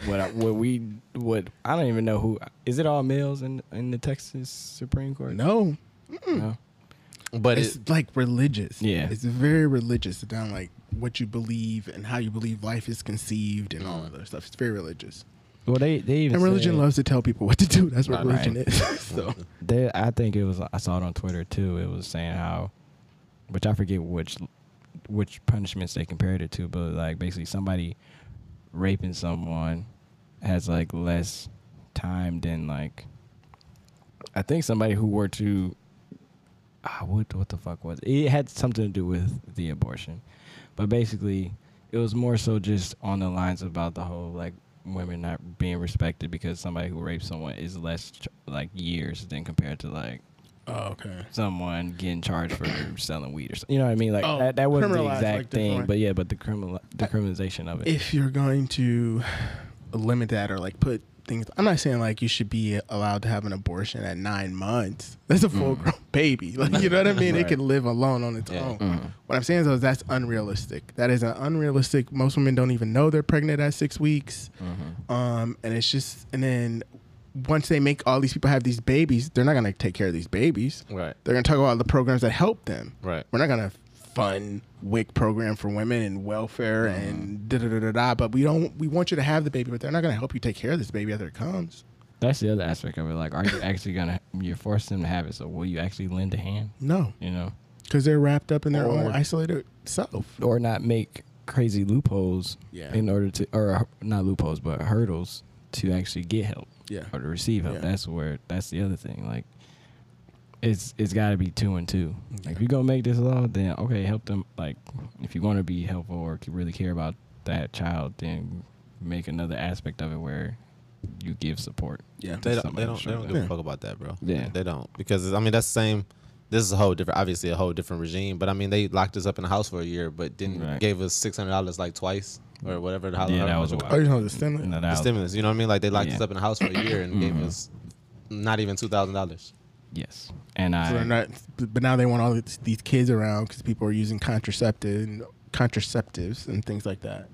S2: What, I, what we, what I don't even know who is it. All males in in the Texas Supreme Court?
S3: No,
S2: no.
S1: But
S3: it's
S1: it,
S3: like religious.
S2: Yeah.
S3: it's very religious. It's down like what you believe and how you believe life is conceived and all of that stuff. It's very religious.
S2: Well, they they even
S3: And religion
S2: said-
S3: loves to tell people what to do. That's what
S2: Right,
S3: religion is. so
S2: They, I think it was. I saw it on Twitter too. It was saying how, which I forget which, which punishments they compared it to, but like basically somebody raping someone has like less time than like. I think somebody who were to, ah, what what the fuck was it? it? Had something to do with the abortion, but basically it was more so just on the lines about the whole like women not being respected because somebody who rapes someone is less ch- like years than compared to like
S3: oh, okay.
S2: someone getting charged for selling weed or something. You know what I mean? Like
S3: Oh,
S2: that, that wasn't the
S3: criminalized,
S2: exact
S3: like,
S2: thing,
S3: different.
S2: but yeah, but the criminal the criminalization of it.
S3: If you're going to limit that or like put things, I'm not saying like you should be allowed to have an abortion at nine months. That's a full grown baby. Like you know what I
S2: Mm.
S3: mean? It
S2: Right. Mm.
S3: can live alone on its
S1: Yeah.
S3: own. What I'm saying is though, that's unrealistic. That is an unrealistic. Most women don't even know they're pregnant at six weeks.
S2: Mm-hmm.
S3: Um, and it's just and then once they make all these people have these babies, they're not gonna take care of these babies.
S1: right,
S3: They're gonna talk about the programs that help them.
S1: right.
S3: We're not gonna fund WIC program for women and welfare and da da da da da. But we don't. We want you to have the baby, but they're not gonna help you take care of this baby after it comes.
S2: That's the other aspect of it. Like, are you actually gonna? You're forcing them to have it, so will you actually lend a hand?
S3: No,
S2: You know,
S3: because they're wrapped up in their own
S2: Or-
S3: isolated self.
S2: or not make crazy loopholes
S3: Yeah.
S2: in order to, or not loopholes, but hurdles to actually get help.
S3: Yeah.
S2: or to receive help.
S3: Yeah.
S2: That's where. That's the other thing. Like, it's it's got to be two and two. Like, if you're gonna make this law, then okay, help them. Like, if you want to be helpful or c- really care about that child, then make another aspect of it where you give support.
S3: Yeah.
S1: They don't. They
S2: somebody
S1: don't.
S2: sure
S1: They don't
S2: that-
S1: give a
S3: Yeah.
S1: fuck about that, bro.
S2: Yeah.
S1: they don't because I mean that's the same. This is a whole different, obviously a whole different regime. But I mean, they locked us up in the house for a year, but didn't
S2: Right.
S1: gave us six hundred dollars like twice. or whatever the holiday.
S2: Yeah, that was a while.
S3: Oh, you know the stimulus.
S2: No, that was-
S1: stimulus. You know what I mean? Like they locked
S2: Yeah. Mm-hmm.
S1: us up in the house for a year and gave us not even two thousand dollars.
S2: Yes. And
S3: So they're
S2: I
S3: not, but now they want all these these kids around because people are using contraceptive and contraceptives and things like that.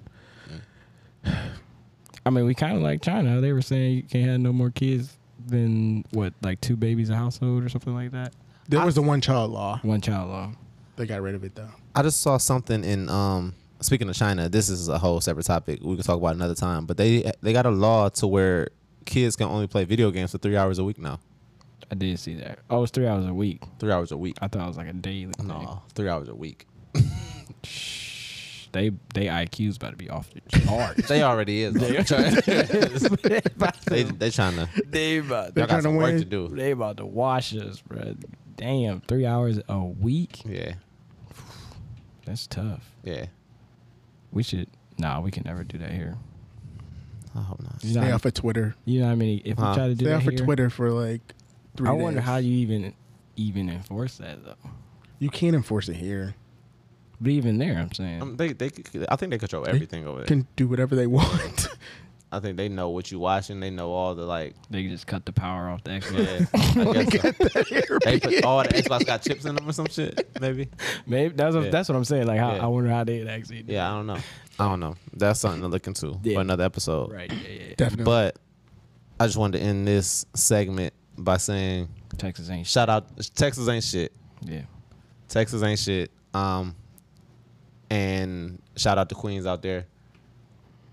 S2: I mean, we kind of like China. They were saying you can't have no more kids than what, like two babies a household or something like that.
S3: There was the one child law.
S2: One child law.
S3: They got rid of it though.
S1: I just saw something in um speaking of China, this is a whole separate topic we can talk about another time. But they they got a law to where kids can only play video games for three hours a week now.
S2: I did see that. Oh, it's three hours a week.
S1: Three hours a week.
S2: I thought it was like a daily. thing.
S1: No, three hours a week.
S2: Shh. They they IQ's about to be off the charts.
S1: They already is. they they they trying to
S2: they about
S1: y'all
S3: trying
S1: got
S3: to
S1: some work
S3: win.
S1: to do.
S2: they about to wash us, bro. Damn, three hours a week.
S1: Yeah,
S2: That's tough.
S1: yeah.
S2: We should. Nah, we can never do that here.
S1: I hope not.
S2: You know,
S3: Stay off of Twitter.
S2: you know how many? If
S1: Huh.
S2: we try to do
S3: Stay
S2: that
S3: off of
S2: here,
S3: Twitter for like three.
S2: I wonder
S3: days.
S2: how you even even enforce that though.
S3: you can't enforce it here.
S2: But even there, I'm saying
S1: Um, they, they, I think they control everything over there.
S3: Can do whatever they want.
S1: I think they know what you watching. They know all the like.
S2: they can just cut the power off the Xbox.
S1: Yeah, I guess so. they put all the Xbox got chips in them or some shit. Maybe.
S2: Maybe that's what,
S1: Yeah.
S2: that's what I'm saying. Like, how,
S1: Yeah.
S2: I wonder how they actually. do
S1: Yeah, I don't know. I don't know. That's something to look into
S2: Yeah.
S1: for another episode.
S2: it. Right. Yeah. Yeah.
S3: Definitely.
S1: But I just wanted to end this segment by saying
S2: Texas ain't. Sh-
S1: shout out Texas ain't shit.
S2: yeah.
S1: Texas ain't shit. Um, and shout out to Queens out there.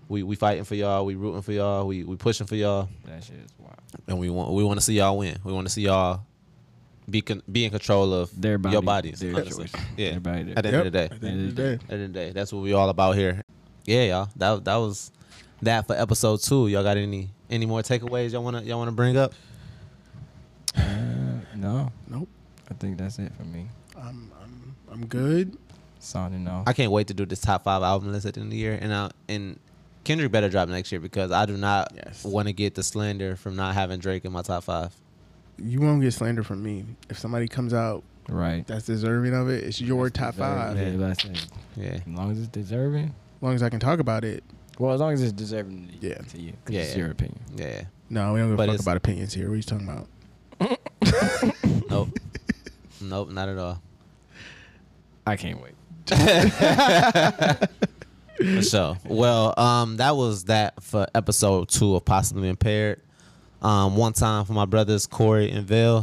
S1: We we fighting for y'all. We rooting for y'all. We we pushing for y'all.
S2: That shit is wild.
S1: and we want we want to see y'all win. We want to see y'all be con- be in control of
S2: Their body,
S1: your bodies.
S2: their
S1: honestly.
S2: choice.
S1: Yeah,
S2: Their body, their
S1: at the
S3: Yep.
S1: end of the day,
S3: At the end of the day.
S1: at the end of the day, that's what we all about here. Yeah, y'all. That that was that for episode two. Y'all got any any more takeaways y'all wanna y'all wanna bring up?
S2: Uh, No,
S3: Nope.
S2: I think that's it for me.
S3: I'm I'm I'm good.
S2: Signing off.
S1: I can't wait to do this top five album list at the end of the year, and I, and Kendrick better drop next year because I do not
S3: Yes.
S1: want to get the slander from not having Drake in my top five.
S3: You won't get slander from me if somebody comes out
S2: right.
S3: that's deserving of it. It's your top five.
S2: Yeah, that's it.
S1: Yeah,
S2: As long as it's deserving.
S3: As long as I can talk about it.
S2: Well, as long as it's deserving to,
S3: Yeah.
S2: to you. 'cause
S1: Yeah,
S2: It's
S1: yeah.
S2: your opinion.
S1: yeah.
S3: No, we don't give
S1: But
S3: a fuck
S1: it's-
S3: about opinions here. What are you talking about?
S1: Nope, nope, not at all.
S2: I can't wait.
S1: For sure. Well, um, that was that for episode two of Possibly Impaired. Um, one time for my brothers Corey and Vale.